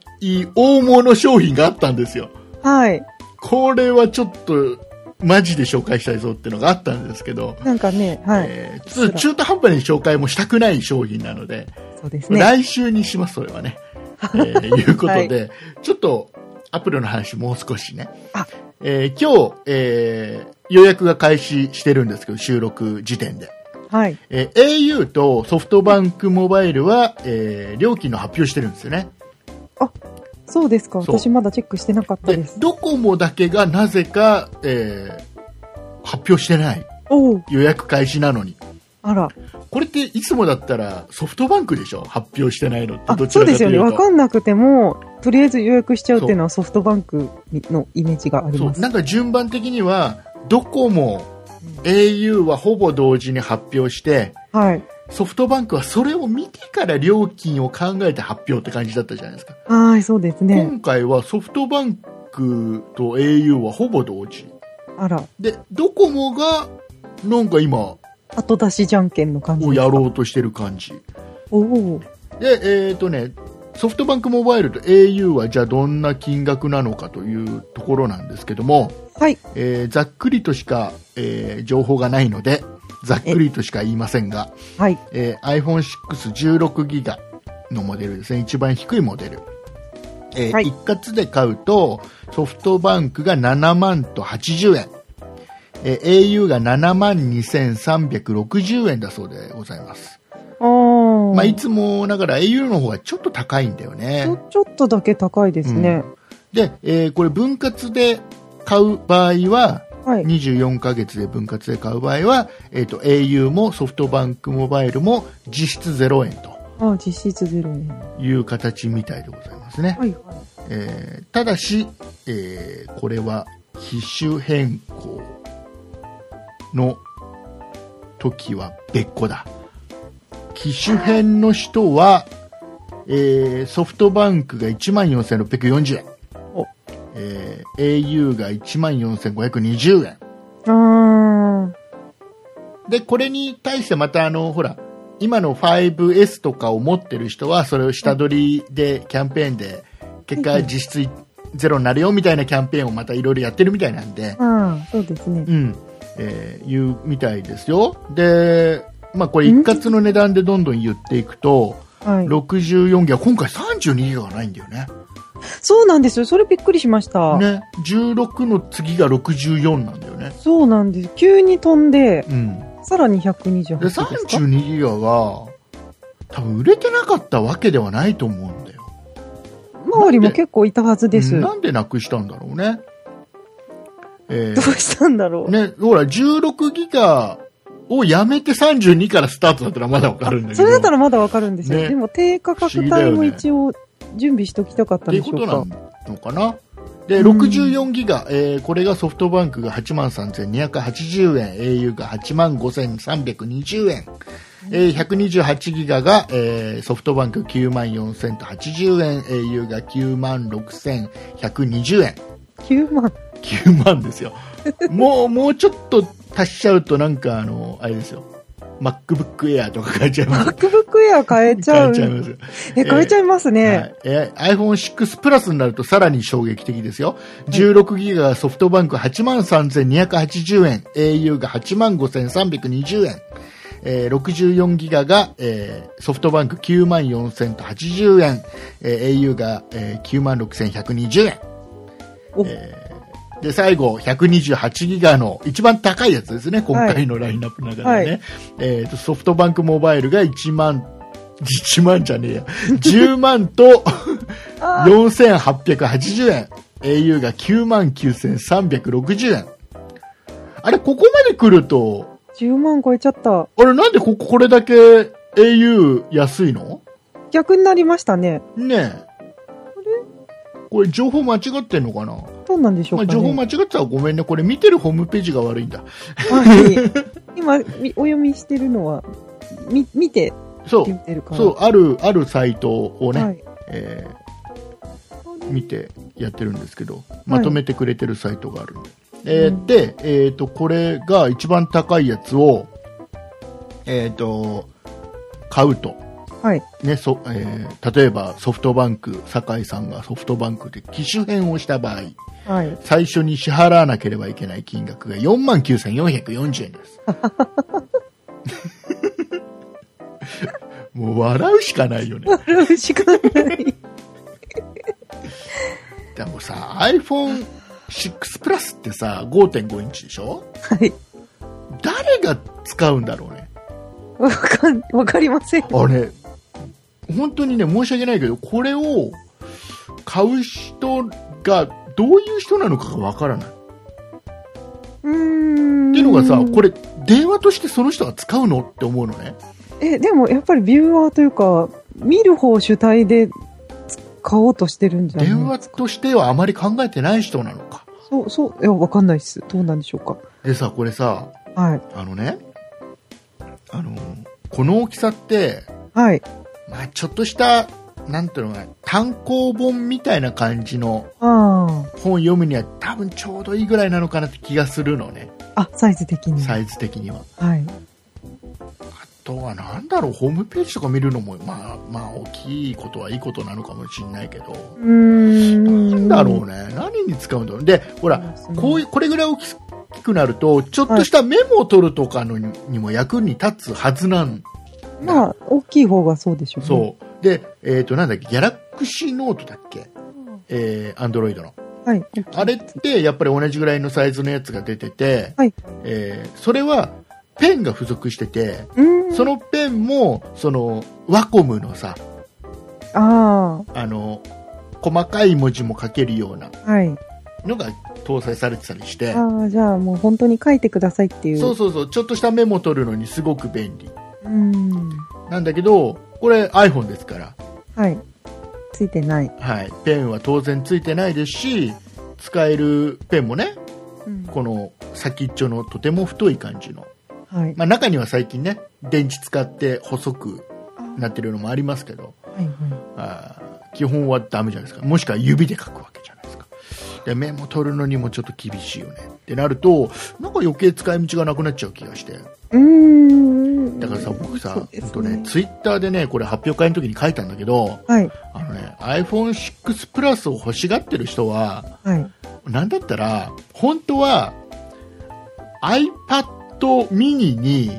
Speaker 2: 大物商品があったんですよ。
Speaker 3: はい。
Speaker 2: これはちょっと、マジで紹介したいぞっていうのがあったんですけど、
Speaker 3: なんかね、はい。
Speaker 2: えーつ中途半端に紹介もしたくない商品なので、
Speaker 3: そうですね。
Speaker 2: 来週にします、それはね。えーいうこと
Speaker 3: *laughs*
Speaker 2: で、ちょっと、アップルの話もう少しね
Speaker 3: あ。
Speaker 2: えー今日、えー予約が開始してるんですけど、収録時点で。
Speaker 3: はい。
Speaker 2: えー au とソフトバンクモバイルは、えー料金の発表してるんですよね。
Speaker 3: そうですか。
Speaker 2: そう
Speaker 3: 私まだチェックしてなかった
Speaker 2: で *laughs*
Speaker 3: です、。
Speaker 2: ドコモだけがなぜか、えー発表してない。
Speaker 3: おお、
Speaker 2: 予約開始なのに。
Speaker 3: あら。
Speaker 2: これっていつもだったらソフトバンクでしょ発表してないのって
Speaker 3: あ
Speaker 2: ど、ち
Speaker 3: そ
Speaker 2: ら
Speaker 3: う
Speaker 2: か
Speaker 3: で
Speaker 2: と
Speaker 3: す
Speaker 2: い
Speaker 3: よね。わ
Speaker 2: うと
Speaker 3: かんなくても、とりあえず予約しちゃうっていうのはソフトバンクのイメージがあり
Speaker 2: そ
Speaker 3: ま
Speaker 2: う
Speaker 3: す。
Speaker 2: なんか順番的にはドコモ、au はほぼ同時に発表して
Speaker 3: はい。
Speaker 2: ソフトバンクはそれを見てから料金を考えて発表って感じだったじゃないですか、
Speaker 3: はい、そうですね。
Speaker 2: 今回はソフトバンクと au はほぼ同時
Speaker 3: あら、
Speaker 2: でドコモがなんか今を
Speaker 3: 後出しじゃんけんの感じです
Speaker 2: や
Speaker 3: か。
Speaker 2: ろうとしてる感じ
Speaker 3: おおー、
Speaker 2: で、えっ、とね、ソフトバンクモバイルと au はじゃあどんな金額なのかというところなんですけども、
Speaker 3: はい。
Speaker 2: えーざっくりとしか、えー情報がないので、ざっくりとしか言いませんが、
Speaker 3: はい。
Speaker 2: えー iPhone616 ギガのモデルですね、一番低いモデル。えー
Speaker 3: はい
Speaker 2: 一括で買うと、ソフトバンクが7万と80円、えー au が7万2360円だそうでございます。
Speaker 3: あー。
Speaker 2: まあ、いつも、だから au の方がちょっと高いんだよ
Speaker 3: ちょ
Speaker 2: ね。
Speaker 3: ちょっとだけ高いですね。
Speaker 2: で、えーこれ分割で買う場合は、
Speaker 3: はい。
Speaker 2: 24ヶ月で分割で買う場合は、えっ、と、au もソフトバンクモバイルも実質0円と
Speaker 3: あー実質ゼロ円。
Speaker 2: いう形みたいでございますね。
Speaker 3: はいはい。
Speaker 2: えーただし、えーこれは機種変更の時は別個だ機種変の人は、えーソフトバンクが1 4640円
Speaker 3: お、
Speaker 2: えー au が1 4520円
Speaker 3: あー。
Speaker 2: でこれに対してまたあのほら今の 5S とかを持ってる人はそれを下取りでキャンペーンで結
Speaker 3: は
Speaker 2: 果
Speaker 3: い
Speaker 2: 実質ゼロになるよみたいなキャンペーンをまたいろいろやってるみたいなんで、
Speaker 3: あーそうですね
Speaker 2: う。んえーいうみたいですよで、まあ、これ一括の値段でどんどん言っていくと
Speaker 3: はい。
Speaker 2: 64ギガ今回32ギガがないんだよね
Speaker 3: そうなんですよ。それびっくりしました。
Speaker 2: ね16の次が64なんだよね、
Speaker 3: そうなんです。急に飛んで、
Speaker 2: うん、
Speaker 3: さらに128
Speaker 2: で
Speaker 3: ですか
Speaker 2: 32ギガが多分売れてなかったわけではないと思うんだよ
Speaker 3: 周りも結構いたはずです。
Speaker 2: うん
Speaker 3: ど
Speaker 2: なんでなくしたんだろうね。え
Speaker 3: うしたんだろ
Speaker 2: ー
Speaker 3: う。
Speaker 2: ね、ほら、16ギガをやめて32からスタートだったらまだわかるんだけど。
Speaker 3: それだったらまだわかるんですよ。
Speaker 2: ね
Speaker 3: でも低価格帯も一応準備しときたかったん
Speaker 2: ってい
Speaker 3: で
Speaker 2: う
Speaker 3: し
Speaker 2: こ
Speaker 3: ょう
Speaker 2: とな
Speaker 3: か。
Speaker 2: のかな。で、
Speaker 3: うん
Speaker 2: 64ギガ、えーこれがソフトバンクが8万3280円、au が8万5320円、えー128ギガが、えーソフトバンク9万4080円、au が9万6120円。
Speaker 3: 9万。
Speaker 2: 9万ですよ *laughs* もうもうちょっと足しちゃうとなんかあのあれですよ MacBook Air とか買えちゃいます
Speaker 3: MacBook Air 変えち
Speaker 2: 買
Speaker 3: ゃう
Speaker 2: え。ちゃいますよ、
Speaker 3: え、変えちゃいます
Speaker 2: は
Speaker 3: ね。
Speaker 2: いえー iPhone6 プラスになるとさらに衝撃的ですよ16ギガがソフトバンク8万3280円 au が8万5320円えー64ギガが、えーソフトバンク9万4080円、えー au が、えー9万6120円
Speaker 3: お
Speaker 2: で、最後、128ギガの一番高いやつですね、今回のラインナップの中でね。
Speaker 3: はい
Speaker 2: えーと、ソフトバンクモバイルが1万、1万じゃねえや、10万と
Speaker 3: あー
Speaker 2: 4880円。au が9万9360円。あれ、ここまで来ると、
Speaker 3: 10万超えちゃった。
Speaker 2: あれ、なんでここ、これだけ au 安いの
Speaker 3: 逆になりましたね。
Speaker 2: ねえ。これ、情報間違ってんのかな
Speaker 3: どうなんでしょう
Speaker 2: まあ、
Speaker 3: かね。
Speaker 2: 情報間違ってたらごめんね。これ見てるホームページが悪いんだ。
Speaker 3: はい。今、みお読みしてるのは、み、見て
Speaker 2: そ
Speaker 3: 言
Speaker 2: う
Speaker 3: っ、てるから。
Speaker 2: そう、ある、あるサイトをね、
Speaker 3: はい。
Speaker 2: え見てやってるんですけど、まとめてくれてるサイトがあるんで。えーで、えーと、これが一番高いやつを、えーと、買うと。
Speaker 3: はい。
Speaker 2: ねそえー例えばソフトバンク、酒井さんがソフトバンクで機種変をした場合、
Speaker 3: はい。
Speaker 2: 最初に支払わなければいけない金額が49,440円です。 *laughs* もう笑うしかないよね。
Speaker 3: 笑うしかない。
Speaker 2: でもさ、iPhone6 Plus ってさ、5.5インチでしょ
Speaker 3: はい。
Speaker 2: 誰が使うんだろうね。
Speaker 3: わかん、わかりません。
Speaker 2: あれ、本当にね、申し訳ないけど、これを買う人がどういう人なのかがわからない。
Speaker 3: うーん。
Speaker 2: っていうのがさ、これ、電話としてその人が使うのって思うのね。
Speaker 3: え、でもやっぱりビューアーというか、見る方主体で使おうとしてるんじゃない
Speaker 2: 電話としてはあまり考えてない人なのか。
Speaker 3: そう、そう、いや、わかんないっす。どうなんでしょう
Speaker 2: でさ、これさ、
Speaker 3: か。はい。
Speaker 2: あのね、あの、この大きさって、
Speaker 3: はい。
Speaker 2: まあちょっとした、なんていうのかな、単行本みたいな感じの
Speaker 3: あ
Speaker 2: 本を読むには多分ちょうどいいぐらいなのかなって気がするのね、
Speaker 3: あ。あ、サイズ的に。
Speaker 2: サイズ的には。
Speaker 3: はい。
Speaker 2: あとはなんだろう、ホームページとか見るのも、まあまあ大きいことはいいことなのかもしれないけど、
Speaker 3: うーん。
Speaker 2: なんだろうね、何に使うんだろう。で、ほら、こういう、これぐらい大きくなると、ちょっとしたメモを取るとかのににも役に立つはずなんだ。
Speaker 3: まあ、大きい方がそうでしょうね。
Speaker 2: そう。で、えっ、と、なんだっけ、ギャラクシーノートだっけえー、アンドロイドの。
Speaker 3: う。はい。
Speaker 2: あれって、やっぱり同じぐらいのサイズのやつが出てて、
Speaker 3: はい
Speaker 2: えーそれは、ペンが付属してて、
Speaker 3: うーん。
Speaker 2: そのペンも、その、ワコムのさ、
Speaker 3: あ
Speaker 2: あの、細かい文字も書けるような
Speaker 3: あ。はい。
Speaker 2: のが搭載されてたりして、
Speaker 3: ああ、じゃあもう本当に書いてくださいっていう。
Speaker 2: そうそうそう、ちょっとしたメモ取るのにすごく便利。
Speaker 3: う。うん。
Speaker 2: なんだけど、これ iPhone ですから、
Speaker 3: はい。ついてない。
Speaker 2: はい、ペンは当然ついてないですし、使えるペンもね、
Speaker 3: うん。
Speaker 2: この先っちょのとても太い感じの、
Speaker 3: はい。
Speaker 2: まあ、中には最近ね電池使って細くなってるのもありますけど
Speaker 3: はいはい。
Speaker 2: あー基本はダメじゃないですかもしくは指で書くわけじゃないですかでメモ取るのにもちょっと厳しいよねってなるとなんか余計使い道がなくなっちゃう気がして
Speaker 3: うーん。
Speaker 2: だからさ僕さ、
Speaker 3: そうです
Speaker 2: ほ
Speaker 3: ね
Speaker 2: んとねツイッターでねこれ発表会の時に書いたんだけど
Speaker 3: はい。
Speaker 2: あのね iPhone6 プラスを欲しがってる人は
Speaker 3: はい。
Speaker 2: なんだったら、本当は iPad mini に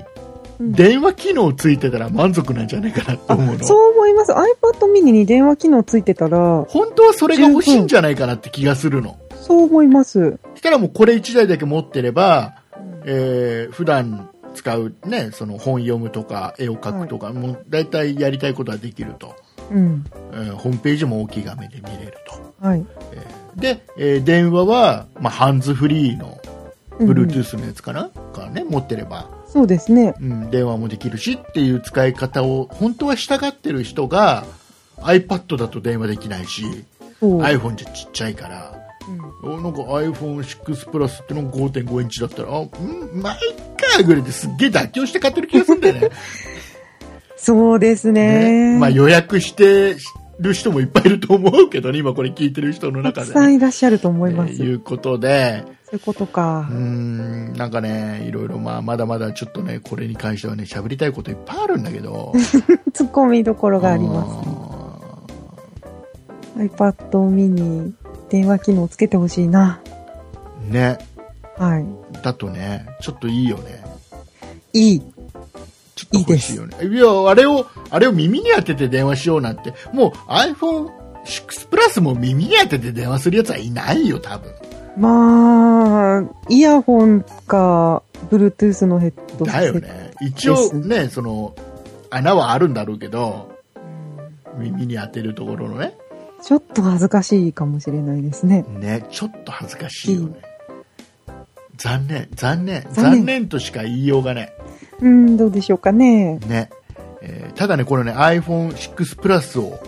Speaker 2: 電話機能ついてたら満足なんじゃないかなと思うの。
Speaker 3: そう思います。iPad mini に電話機能ついてたら、
Speaker 2: 本当はそれが欲しいんじゃないかなって気がするの。
Speaker 3: そう思います。
Speaker 2: そしたらもうこれ1台だけ持ってれば、えー普段使うね、その本読むとか絵を描くとか、もう大体やりたいことはできると。
Speaker 3: うん。
Speaker 2: えーホームページも大きい画面で見れると。
Speaker 3: はい。
Speaker 2: で、えー電話は、まあ、ハンズフリーの
Speaker 3: うん
Speaker 2: Bluetooth のやつかな、からね、持ってれば
Speaker 3: そうですね。
Speaker 2: うん、電話もできるしっていう使い方を本当はしたがってる人が iPad だと電話できないし
Speaker 3: そう。
Speaker 2: iPhone じゃちっちゃいからおなんか iPhone6 プラスってのが5.5インチだったらあうんまあいっかぐらいですっげえ妥協して買ってる気がするんだよ
Speaker 3: *laughs*
Speaker 2: ね
Speaker 3: そうですね。
Speaker 2: ねまあ予約してる人もいっぱいいると思うけどね今これ聞いてる人の
Speaker 3: た
Speaker 2: 中
Speaker 3: く
Speaker 2: で、
Speaker 3: さん
Speaker 2: ね。
Speaker 3: いらっしゃると思います。
Speaker 2: えー
Speaker 3: そう
Speaker 2: いうことで、
Speaker 3: いうこと
Speaker 2: う
Speaker 3: か
Speaker 2: ー。ん、なんかね、いろいろ、まあ、まだまだちょっとね、これに関してはね、喋りたいこといっぱいあるんだけ
Speaker 3: *laughs*
Speaker 2: ど。
Speaker 3: 突っ込みどころがありま
Speaker 2: あ
Speaker 3: す。
Speaker 2: ー
Speaker 3: iPad mini 電話機能つけてほしいな。
Speaker 2: ね
Speaker 3: はい。
Speaker 2: だとねちょっといいよね
Speaker 3: いい。
Speaker 2: ちょっと欲しいよねいやあれをあれを耳に当てて電話しようなんてもう iPhone6 プラスも耳に当てて電話するやつはいないよ多分
Speaker 3: まあ、イヤホンか、Bluetooth のヘッドセット
Speaker 2: だよ。ね一応ねその穴はあるんだろうけど耳に当てるところのね
Speaker 3: ちょっと恥ずかしいかもしれないですね。
Speaker 2: ねちょっと恥ずかしいよ
Speaker 3: う
Speaker 2: ね残念残念
Speaker 3: 残念
Speaker 2: 残念としか言いようがないう
Speaker 3: ーん、どうでしょうかね。
Speaker 2: ね、えーただね、このね、iPhone6 プラスを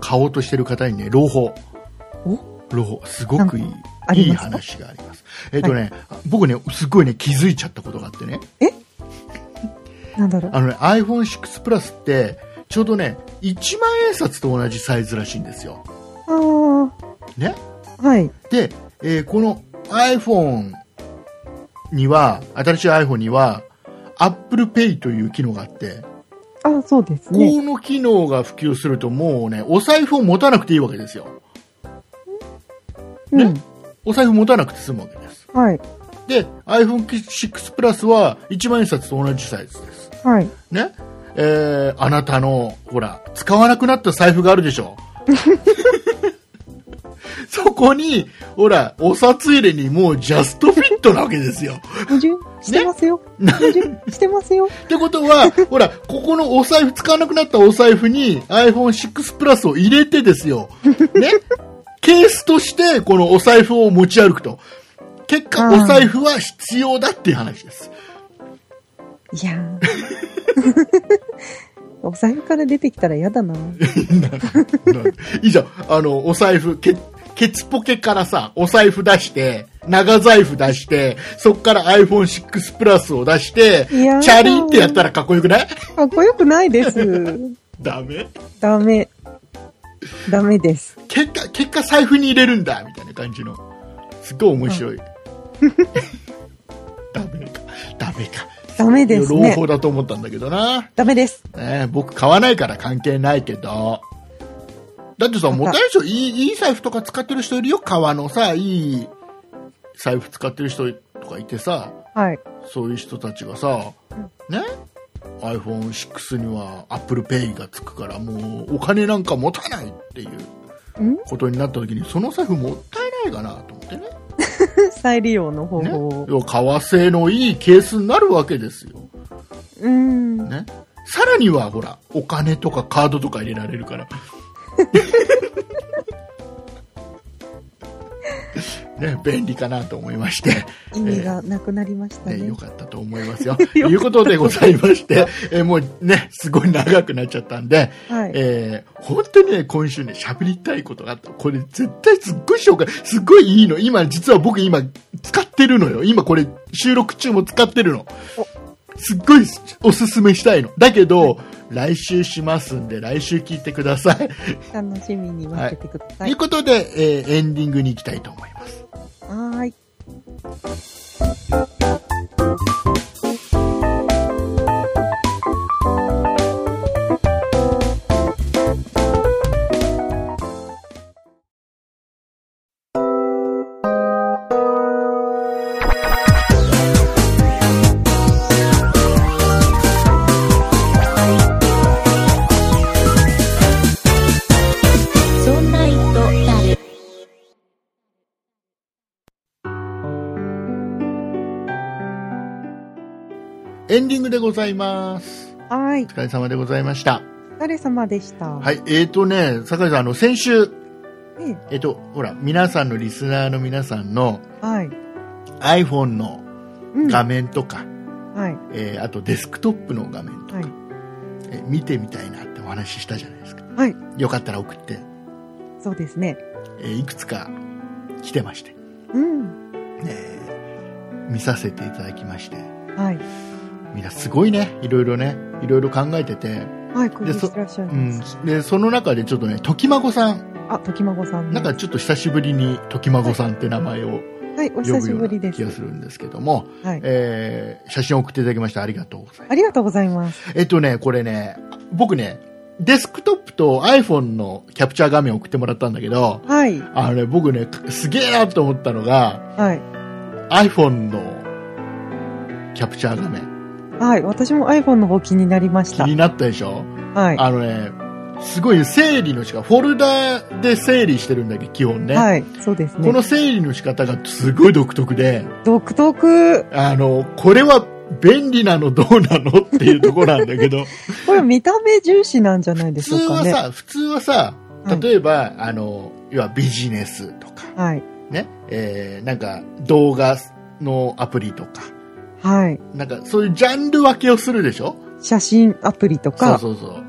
Speaker 2: 買おうとしてる方にね、朗報。
Speaker 3: お
Speaker 2: 朗報。すごくい
Speaker 3: なん
Speaker 2: い
Speaker 3: かあ、
Speaker 2: いい
Speaker 3: りますか
Speaker 2: 話があります。えっ、とね、僕ね、すごいね、気づいちゃったことがあってね、
Speaker 3: なんだろう。
Speaker 2: あのね、iPhone6 プラスって、ちょうどね、1万円札と同じサイズらしいんですよ。
Speaker 3: ああ、
Speaker 2: ね。
Speaker 3: はい。
Speaker 2: で、えーこの iPhone には、新しい iPhone には、Apple Pay という機能があって、
Speaker 3: あ、そうですね。
Speaker 2: この機能が普及するともうね、お財布を持たなくていいわけですよ。
Speaker 3: う
Speaker 2: ね
Speaker 3: ん。
Speaker 2: お財布持たなくて済むわけです。
Speaker 3: はい。
Speaker 2: で、iPhone6 プラスは1万円札と同じサイズです。
Speaker 3: はい。
Speaker 2: ね。えーあなたの、ほら、使わなくなった財布があるでしょ。そこに、ほら、お札入れにもうジャストフィットなわけですよ。
Speaker 3: 矛盾してますよ。矛盾してますよ。
Speaker 2: ってことは、 *laughs* ほら、ここのお財布、使わなくなったお財布に iPhone6 プラスを入れてですよ。ね。 *laughs* ケースとして、このお財布を持ち歩くと。結果、
Speaker 3: うん
Speaker 2: お財布は必要だっていう話です。 *laughs*
Speaker 3: いやー。 *laughs* お財布から出てきたら嫌だな。
Speaker 2: いいじゃん。あの、お財布、ケケツポケからさ、お財布出して、長財布出して、そっから iPhone6 プラスを出して、チ
Speaker 3: いやー
Speaker 2: ャリンってやったらかっこよくない *laughs*
Speaker 3: かっこよくないです。
Speaker 2: ダメ
Speaker 3: ダメ。ダメです。
Speaker 2: 結果、結果財布に入れるんだみたいな感じの。すっごい面白
Speaker 3: *laughs*
Speaker 2: い。ダメか。ダメか。
Speaker 3: ダメです
Speaker 2: 朗
Speaker 3: ね。
Speaker 2: 報だと思ったんだけどな。
Speaker 3: ダメです。
Speaker 2: ね、僕買わないから関係ないけど。だってさ、もったいないでしょいい、いい財布とか使ってる人いるよ。革のさ、いい財布使ってる人とかいてさ、
Speaker 3: はい。
Speaker 2: そういう人たちがさ、ね iPhone6 には Apple Pay がつくからもうお金なんか持たないっていうんことになった時にその財布もったいないかなと思ってね
Speaker 3: 再利用の方
Speaker 2: ね
Speaker 3: 法を。
Speaker 2: 要は革製のいいケースになるわけですよ、
Speaker 3: うーん。
Speaker 2: ね、さらにはほらお金とかカードとか入れられる *laughs* からね便利かなと思いまして
Speaker 3: 意味がなくなりました
Speaker 2: ね、
Speaker 3: ね
Speaker 2: よ。かったと思い *laughs* ますよ。ということでございまして、えーもうね、すごい長くなっちゃったんで、
Speaker 3: はい。
Speaker 2: えー本当にね、今週ね、喋りたいことがあった。これ絶対すっごい紹介、すっごいいいの。今、実は僕今、使ってるのよ。今これ、収録中も使ってるの。すっごいおすすめしたいの。だけど、来週しますんで、来週聞いてください。
Speaker 3: 楽しみに待っててくださ
Speaker 2: という
Speaker 3: い。
Speaker 2: ことで、えーエンディングに行きたいと思います。
Speaker 3: はーい。
Speaker 1: そんな糸だる。
Speaker 2: エンディングでございます。
Speaker 3: はーい
Speaker 2: お。疲れ様でございました。
Speaker 3: お疲れ様でした。。
Speaker 2: はいい、えーとね、酒井さん、あの、先週、
Speaker 3: え
Speaker 2: えっ、と、ほら、皆さんのリスナーの皆さんの
Speaker 3: えはい。
Speaker 2: iPhone の
Speaker 3: うん。
Speaker 2: 画
Speaker 3: はい。
Speaker 2: 面とか、
Speaker 3: はい。
Speaker 2: えーあとデスクトップの画面とか、えー見てみたいなってお話ししたじゃないですか。
Speaker 3: はい。
Speaker 2: よかったら送って、
Speaker 3: そうですね。
Speaker 2: えーいくつか来てまして、ね
Speaker 3: うん。
Speaker 2: え見させていただきまして、
Speaker 3: はい。
Speaker 2: みんなすごいね、いろいろね、いろいろ考えてて、
Speaker 3: はい。工夫
Speaker 2: でそ
Speaker 3: してらっしゃいうま
Speaker 2: ん
Speaker 3: す。、
Speaker 2: で、その中でちょっとね、時孫さん、
Speaker 3: あ、時孫さんね。
Speaker 2: なんかちょっと久しぶりに時孫さんって名前を
Speaker 3: はい。お
Speaker 2: 呼
Speaker 3: 久
Speaker 2: ぶ
Speaker 3: し
Speaker 2: よう
Speaker 3: ぶり
Speaker 2: な
Speaker 3: で
Speaker 2: 気
Speaker 3: す
Speaker 2: が。するんですけども、
Speaker 3: はい。
Speaker 2: えー写真を送っていただきましてありがとうございます。
Speaker 3: ありがとうございます。
Speaker 2: えっとね、これね、僕ね、デスクトップと iPhone のキャプチャー画面を送ってもらったんだけど、
Speaker 3: はい。
Speaker 2: あのね、僕ね、すげえなと思ったのが、
Speaker 3: はい。
Speaker 2: iPhone のキャプチャー画面。
Speaker 3: はい。私も iPhone の方気になりまし
Speaker 2: 気
Speaker 3: た。
Speaker 2: になったでしょ
Speaker 3: はい。
Speaker 2: あのね、すごい整理の仕方、フォルダで整理してるんだけど、基本ね。
Speaker 3: はい。そうです
Speaker 2: こ
Speaker 3: ね。
Speaker 2: の整理の仕方がすごい独特で、
Speaker 3: 独特。
Speaker 2: あの、これは便利なのどうなのっていうところなんだけど、
Speaker 3: これ見た目重視なんじゃないで
Speaker 2: 普
Speaker 3: し
Speaker 2: 通
Speaker 3: ょうか
Speaker 2: は
Speaker 3: ね。
Speaker 2: さ、普通はさ
Speaker 3: はい、
Speaker 2: 例えば、あの、要はビジネスとか、
Speaker 3: はい。
Speaker 2: ね、えーなんか動画のアプリとか、
Speaker 3: はい。
Speaker 2: なんかそういうジャンル分けをするでしょ
Speaker 3: 写真アプリと
Speaker 2: そう
Speaker 3: か。
Speaker 2: そうそう。
Speaker 3: は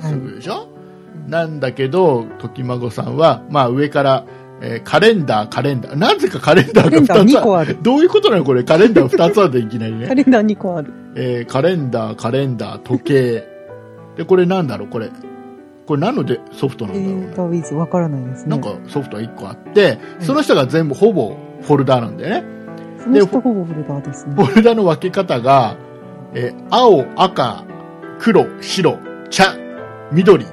Speaker 2: す
Speaker 3: い。
Speaker 2: るでしょ、なんだけど、時孫さんは、まあ上から、えーカレンダー、カレンダー。なぜかカレンダ
Speaker 3: カ
Speaker 2: ー
Speaker 3: レ
Speaker 2: が
Speaker 3: ンダー
Speaker 2: 2
Speaker 3: 2
Speaker 2: つ
Speaker 3: 個
Speaker 2: あ
Speaker 3: ある。
Speaker 2: る。どういうことなのこれ、カレンダー2つあるでいきなり
Speaker 3: カ
Speaker 2: ね。
Speaker 3: レンダー2個ある。
Speaker 2: えーカレンダー、カレンダー、時計。で、これなんだろうこれ。これ何のでソフトなん
Speaker 3: デ
Speaker 2: だろう
Speaker 3: ー
Speaker 2: ね
Speaker 3: タウィズわからないですね。
Speaker 2: なんかソフトが1個あって、
Speaker 3: うん
Speaker 2: その人が全部ほぼフォルダーなんだよね。
Speaker 3: その人ほぼフォルダーです
Speaker 2: フ
Speaker 3: ね。
Speaker 2: ォルダの分け方が、えー青、赤、黒、白、茶、
Speaker 3: *laughs*
Speaker 2: 緑。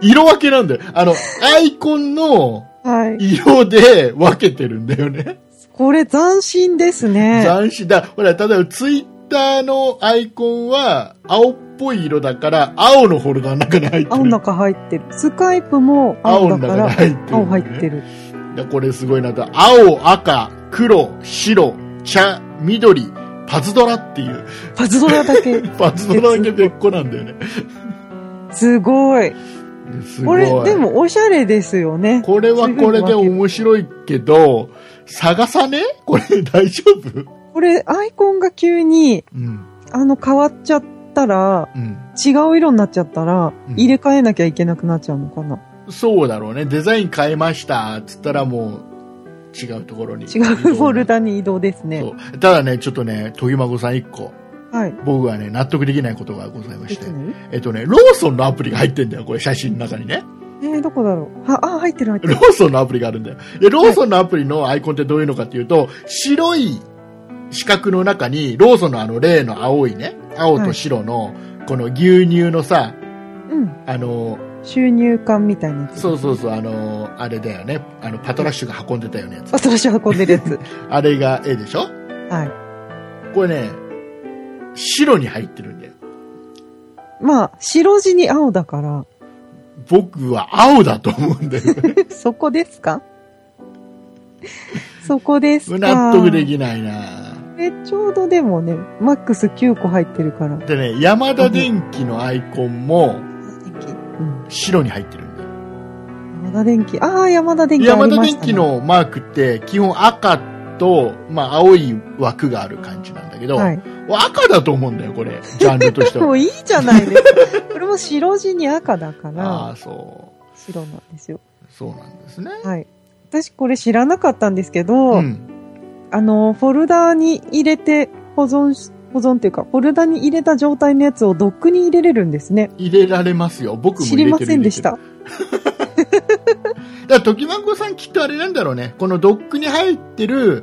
Speaker 2: 色分けなんだよ。あの、アイコンの
Speaker 3: はい。
Speaker 2: 色で分けてるんだよね。
Speaker 3: これ斬新ですね。
Speaker 2: 斬新だ。ほら、例えばツイッターのアイコンは青っぽい色だから、青のフォルダの中に入ってる。
Speaker 3: 青の中入ってる。スカイプも青だから
Speaker 2: 青の
Speaker 3: 青
Speaker 2: 中
Speaker 3: 入
Speaker 2: に入
Speaker 3: っ
Speaker 2: って
Speaker 3: てる。
Speaker 2: いやこれすごいなと。青、赤、黒、白、茶、緑、パズドラっていう。 *laughs*
Speaker 3: パズドラだけ。
Speaker 2: パズドラだけ別個なんだよね。
Speaker 3: すごい。
Speaker 2: すご
Speaker 3: こ
Speaker 2: い。
Speaker 3: れ、でもおしゃれですよね。
Speaker 2: これはこれで面白いけど、探さねこれ大丈夫
Speaker 3: これ、アイコンが急に、
Speaker 2: うん。
Speaker 3: あの、変わっちゃったら、
Speaker 2: うん。
Speaker 3: 違う色になっちゃったら
Speaker 2: うん、
Speaker 3: 入れ替えなきゃいけなくなっちゃうのかな。
Speaker 2: そうだろうね。デザイン変えました。つったらもう、違うところに。
Speaker 3: 違うフォルダに移動ですね
Speaker 2: そ。う。ただね、ちょっとね、とぎまごさん1個。
Speaker 3: はい。
Speaker 2: 僕はね、納得できないことがございまして
Speaker 3: 別。に
Speaker 2: えっとね、ローソンのアプリが入ってんだよ。これ写真の中にね。
Speaker 3: えー、どこだろう。は、あ、入ってる入って
Speaker 2: ロ
Speaker 3: る。
Speaker 2: ーソンのアプリがあるんだよ。で、ローソンのアプリのアイコンってどういうのかっていうと、白い四角の中に、ローソンのあの例の青いね、青と白の、この牛乳のさ、
Speaker 3: うん。
Speaker 2: あの、
Speaker 3: 収入感みたいなやつ。
Speaker 2: そうそうそう、あの、あれだよね、あの、パトラッシュが運んでたようなやつ。
Speaker 3: 新しい運んでるや
Speaker 2: *laughs*
Speaker 3: つ。
Speaker 2: あれが絵でしょ
Speaker 3: は
Speaker 2: これね、白に入ってるんだよ。
Speaker 3: い。まあ、白地に青だから、 *laughs*
Speaker 2: 僕は青だと思うんだよ。
Speaker 3: そこです
Speaker 2: *laughs*
Speaker 3: かそこですか。
Speaker 2: 納得できないな
Speaker 3: え、ちょうどでもね、マックス9個入ってるから。
Speaker 2: でね、山田電機のアイコンも
Speaker 3: うん。
Speaker 2: 白に入ってるんだよ。
Speaker 3: 山田電機。ああ、山田電機ありま
Speaker 2: 山
Speaker 3: した、
Speaker 2: 田
Speaker 3: ね。
Speaker 2: 電機のマークって基本赤と、まあ、青い枠がある感じなんだけど、
Speaker 3: はい。
Speaker 2: 赤だと思うんだよこれジャンルとして
Speaker 3: *laughs* も
Speaker 2: は
Speaker 3: ういいじゃないですか。 *laughs* これも白地に赤だか
Speaker 2: あ
Speaker 3: ら、
Speaker 2: あそう
Speaker 3: 白なんですよ。
Speaker 2: そうなんですね
Speaker 3: はい。私これ知らなかったんですけど、
Speaker 2: うん
Speaker 3: あの、フォルダーに入れて保存し、保存っていうか、フォルダに入れた状態のやつをドックに入れれるんですね。
Speaker 2: 入れられますよ僕も
Speaker 3: 知
Speaker 2: 入れてる
Speaker 3: りませんでした
Speaker 2: 入。れてるだからときまんこさんきっとあれなんだろうねこのドックに入ってる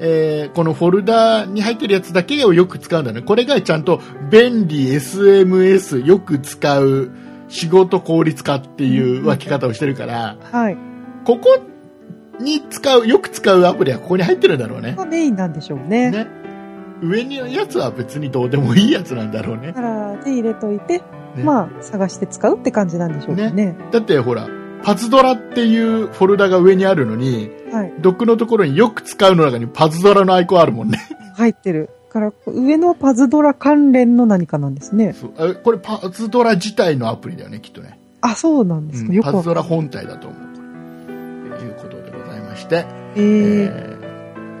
Speaker 2: えーこのフォルダに入ってるやつだけをよく使うんだね。これがちゃんと便利 SMS よく使う仕事効率化っていう分け方をしてるから、
Speaker 3: はい。
Speaker 2: ここに使う、よく使うアプリはここに入ってるんだろうね。
Speaker 3: がメインなんでしょうね。
Speaker 2: ね。上にやつは別にどうでもいいやつなんだろうね
Speaker 3: だ。から、手入れといて、
Speaker 2: ね
Speaker 3: まあ、探して使うって感じなんでしょうかね。
Speaker 2: だってほら、パズドラっていうフォルダが上にあるのに、
Speaker 3: はい。
Speaker 2: ドックのところによく使うの中にパズドラのアイコンあるもんね。
Speaker 3: 入ってる。から、上のパズドラ関連の何かなんですね。
Speaker 2: *laughs* そうあこれパズドラ自体のアプリだよね、きっとね。
Speaker 3: あ、そうなんですか。
Speaker 2: うん
Speaker 3: よく
Speaker 2: パズ
Speaker 3: わ
Speaker 2: ドラ本体だと思う。ということでございまして、
Speaker 3: え
Speaker 2: え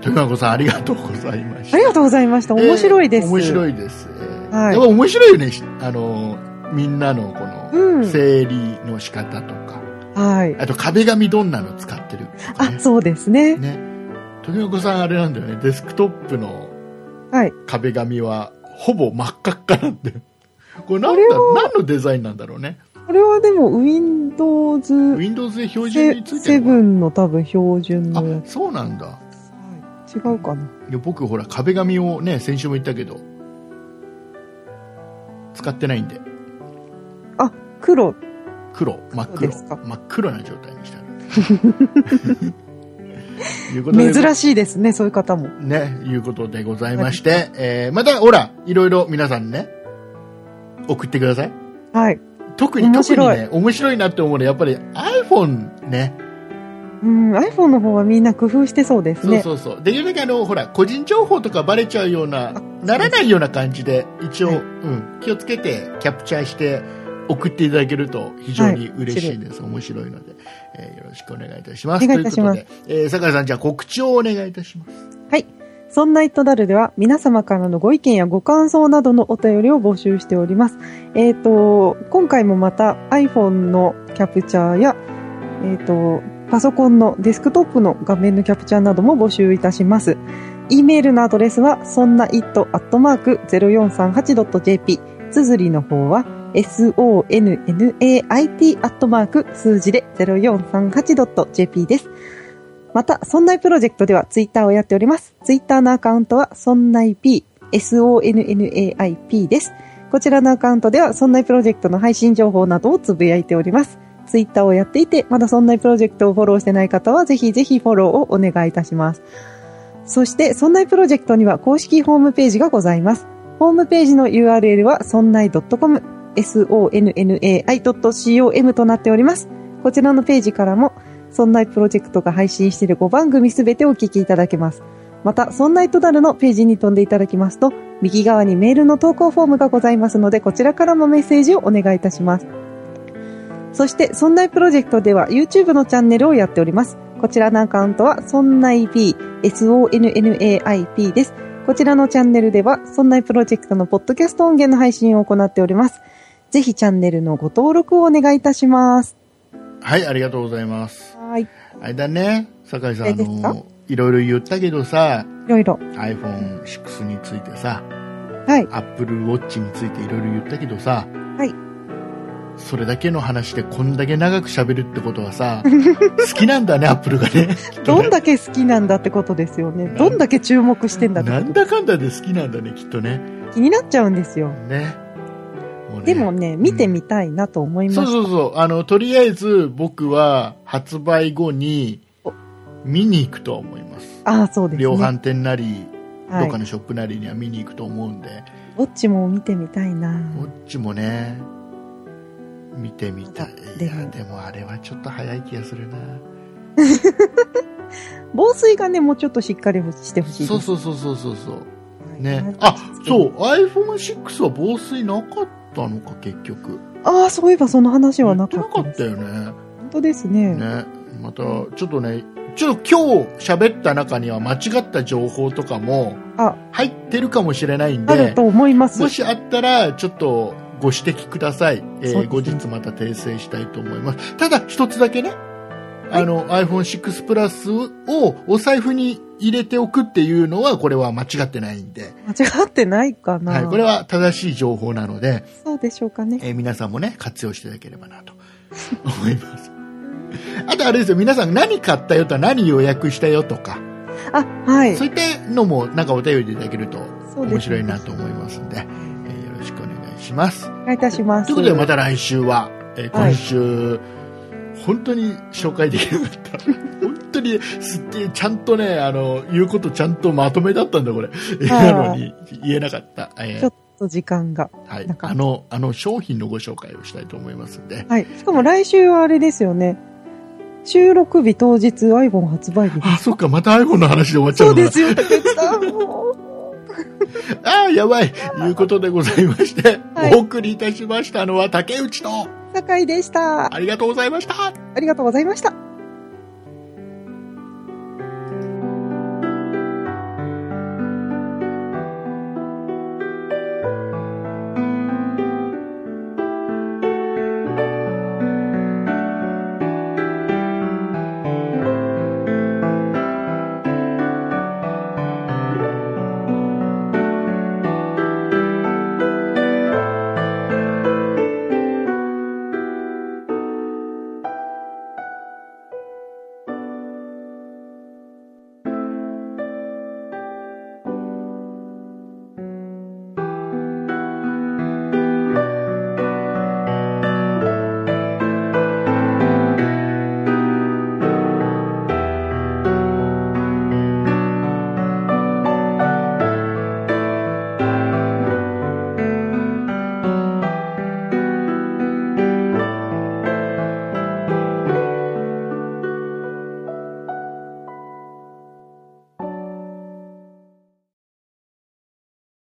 Speaker 3: ー、
Speaker 2: ー、とまこさんありがとうございました
Speaker 3: あり。がとうございました。面白いです。
Speaker 2: えー面
Speaker 3: い。
Speaker 2: 白いです。えー
Speaker 3: はい
Speaker 2: やっぱ面白いよね、しあのー、みんなのこの、
Speaker 3: うん。
Speaker 2: 整理の仕方とか、
Speaker 3: はい。
Speaker 2: あと壁紙どんなの使ってるとか、
Speaker 3: あ、
Speaker 2: ね。
Speaker 3: そうですね。
Speaker 2: ね。時の子さんあれなんだよね、デスクトップの
Speaker 3: はい。
Speaker 2: 壁紙はほぼ真っ赤っかなんで。 *laughs* これなん
Speaker 3: これ
Speaker 2: だ、何のデザインなんだろうね。
Speaker 3: これはでも Windows
Speaker 2: Windows で標準についてるの
Speaker 3: 7の多分標準の
Speaker 2: かな
Speaker 3: や
Speaker 2: あ、そうなんだ。
Speaker 3: つ。はい違うかな。
Speaker 2: いや僕ほら壁紙をね、先週も言ったけど、使ってないんで、
Speaker 3: 黒。
Speaker 2: 黒、真っ
Speaker 3: そう
Speaker 2: 黒、
Speaker 3: ですか
Speaker 2: 真っ黒な状態にしてある。
Speaker 3: *laughs*
Speaker 2: いうことで
Speaker 3: 珍しいですね、そういう方も。
Speaker 2: ね、いうことでございまして、えーまた、ほら、いろいろ皆さんね、送ってください。
Speaker 3: はい。
Speaker 2: 特に、
Speaker 3: 面
Speaker 2: 特に
Speaker 3: 白い
Speaker 2: ね、面白いなって思うのは、やっぱり iPhone ね、
Speaker 3: うん、iPhone の方はみんな工夫してそうです
Speaker 2: そう
Speaker 3: ね。
Speaker 2: そうそう。できるだけあの、ほら、個人情報とかバレちゃうような、ならないような感じで、一応、
Speaker 3: はい
Speaker 2: うん、気をつけて、キャプチャーして、送っていただけると非常に嬉しいです。面白いので、えーよろしくお願いいたします。
Speaker 3: お願いいたします
Speaker 2: ということで、えー、坂井さん、じゃあ告知をお願いいたします。
Speaker 3: はい。そんなイットダルでは皆様からのご意見やご感想などのお便りを募集しております。えっ、と、今回もまた iPhone のキャプチャーや、えっ、と、パソコンのデスクトップの画面のキャプチャーなども募集いたします。e メールのアドレスは、そんな it.0438.jp。綴りの方は、 sonnait アットマーク数字で 0438.jp です。また、そんないプロジェクトではツイッターをやっております。ツイッターのアカウントは、そんない p、sonnaip です。こちらのアカウントでは、そんないプロジェクトの配信情報などをつぶやいております。ツイッターをやっていて、まだそんないプロジェクトをフォローしてない方は、ぜひぜひフォローをお願いいたします。そして、そんないプロジェクトには公式ホームページがございます。ホームページの URL は、そんない .com、sonnai.com となっております。こちらのページからも、そんないプロジェクトが配信している5番組すべてお聞きいただけます。また、そんないとなるのページに飛んでいただきますと、右側にメールの投稿フォームがございますので、こちらからもメッセージをお願いいたします。そして、そんないプロジェクトでは YouTube のチャンネルをやっております。こちらのアカウントは、そんない P、sonnaip です。こちらのチャンネルでは、そんないプロジェクトのポッドキャスト音源の配信を行っております。ぜひチャンネルのご登録をお願いいたします。
Speaker 2: はい、ありがとうございます。
Speaker 3: はい。い
Speaker 2: あれだね、酒井さん、
Speaker 3: え
Speaker 2: あ
Speaker 3: ですか
Speaker 2: の、いろいろ言ったけどさ、
Speaker 3: ろいろ。
Speaker 2: iPhone6 についてさ、
Speaker 3: はい。
Speaker 2: Apple Watch についていろいろ言ったけどさ、
Speaker 3: はい
Speaker 2: それだけの話でこんだけ長く喋るってことは
Speaker 3: *laughs*
Speaker 2: さ、好きなんだね、Apple がね。
Speaker 3: どんだけ好きなんだってことですよね。どんだけ注目してんだってこ
Speaker 2: *laughs* な
Speaker 3: と
Speaker 2: んだかんだで好きなんだね、きっとね。
Speaker 3: 気になっちゃうんですよ。
Speaker 2: ね。もうね
Speaker 3: でもね、見てみたいなと思いま
Speaker 2: そう
Speaker 3: す。
Speaker 2: そうそう。あの、とりあえず僕は発売後に
Speaker 3: お
Speaker 2: 見に行くと思います。
Speaker 3: ああ、そうですね。
Speaker 2: 量販店なり、
Speaker 3: は
Speaker 2: ど
Speaker 3: い
Speaker 2: っか。のショップなりには見に行くと思うんで、
Speaker 3: どっちも見てみたいな。
Speaker 2: こっちもね、見てみたい。い
Speaker 3: で
Speaker 2: や、でもあれはちょっと早い気がするな。
Speaker 3: 防水がね、もうちょっとしっかりしてほしいです。
Speaker 2: そうそうそうそうそうそう。
Speaker 3: はい
Speaker 2: ね。あ、そう、iPhone6 は防水なかったのか、結局。
Speaker 3: ああ、そういえばその話はなか
Speaker 2: 言
Speaker 3: った
Speaker 2: なか
Speaker 3: で
Speaker 2: った
Speaker 3: す。
Speaker 2: よね。
Speaker 3: 本当ですね。
Speaker 2: ね。また、ちょっとね、ちょっと今日喋った中には間違った情報とかも
Speaker 3: あ
Speaker 2: 入ってるかもしれないん
Speaker 3: ある
Speaker 2: で、
Speaker 3: と思います
Speaker 2: も。しあったら、ちょっとご指摘ください。えー
Speaker 3: そうですね
Speaker 2: 後日また訂正したいと思います。ただ、一つだけね、あの、iPhone6 プラスをお財布に入れておくっていうのは、これは間違ってないんで、
Speaker 3: 間違ってないかな。
Speaker 2: はい、これは正しい情報なので、
Speaker 3: そうでしょうかね。
Speaker 2: えー皆さんもね、活用していただければなと *laughs* 思います。あとあれですよ、皆さん何買ったよとか何予約したよとか、
Speaker 3: あ、はい。
Speaker 2: そういったのもなんかお便りでいただけると
Speaker 3: そうですね
Speaker 2: 面白いなと思いますんで、えーよろしくお願いします。
Speaker 3: お願いいたします。
Speaker 2: ということでまた来週は、えー今週、本当に紹介できなかった。 *laughs* 本当にすっげえちゃんとね、あの、言うことちゃんとまとめだったんだ、これ。なのに言えなかった。えー
Speaker 3: ちょっと時間が。
Speaker 2: はい
Speaker 3: なん。か
Speaker 2: あの、あの商品のご紹介をしたいと思いますんで。
Speaker 3: はい。しかも来週はあれですよね。収録日当日 iPhone 発売日。
Speaker 2: あ、そっか、また iPhone の話で終わっちゃ
Speaker 3: *laughs* そう
Speaker 2: の
Speaker 3: うで
Speaker 2: か
Speaker 3: すよ、竹内さん。もう
Speaker 2: な。あーやばい。いうことでございまして、
Speaker 3: はい
Speaker 2: お送りいたしましたのは竹内と、
Speaker 3: 酒井でした。
Speaker 2: ありがとうございました。
Speaker 3: ありがとうございました。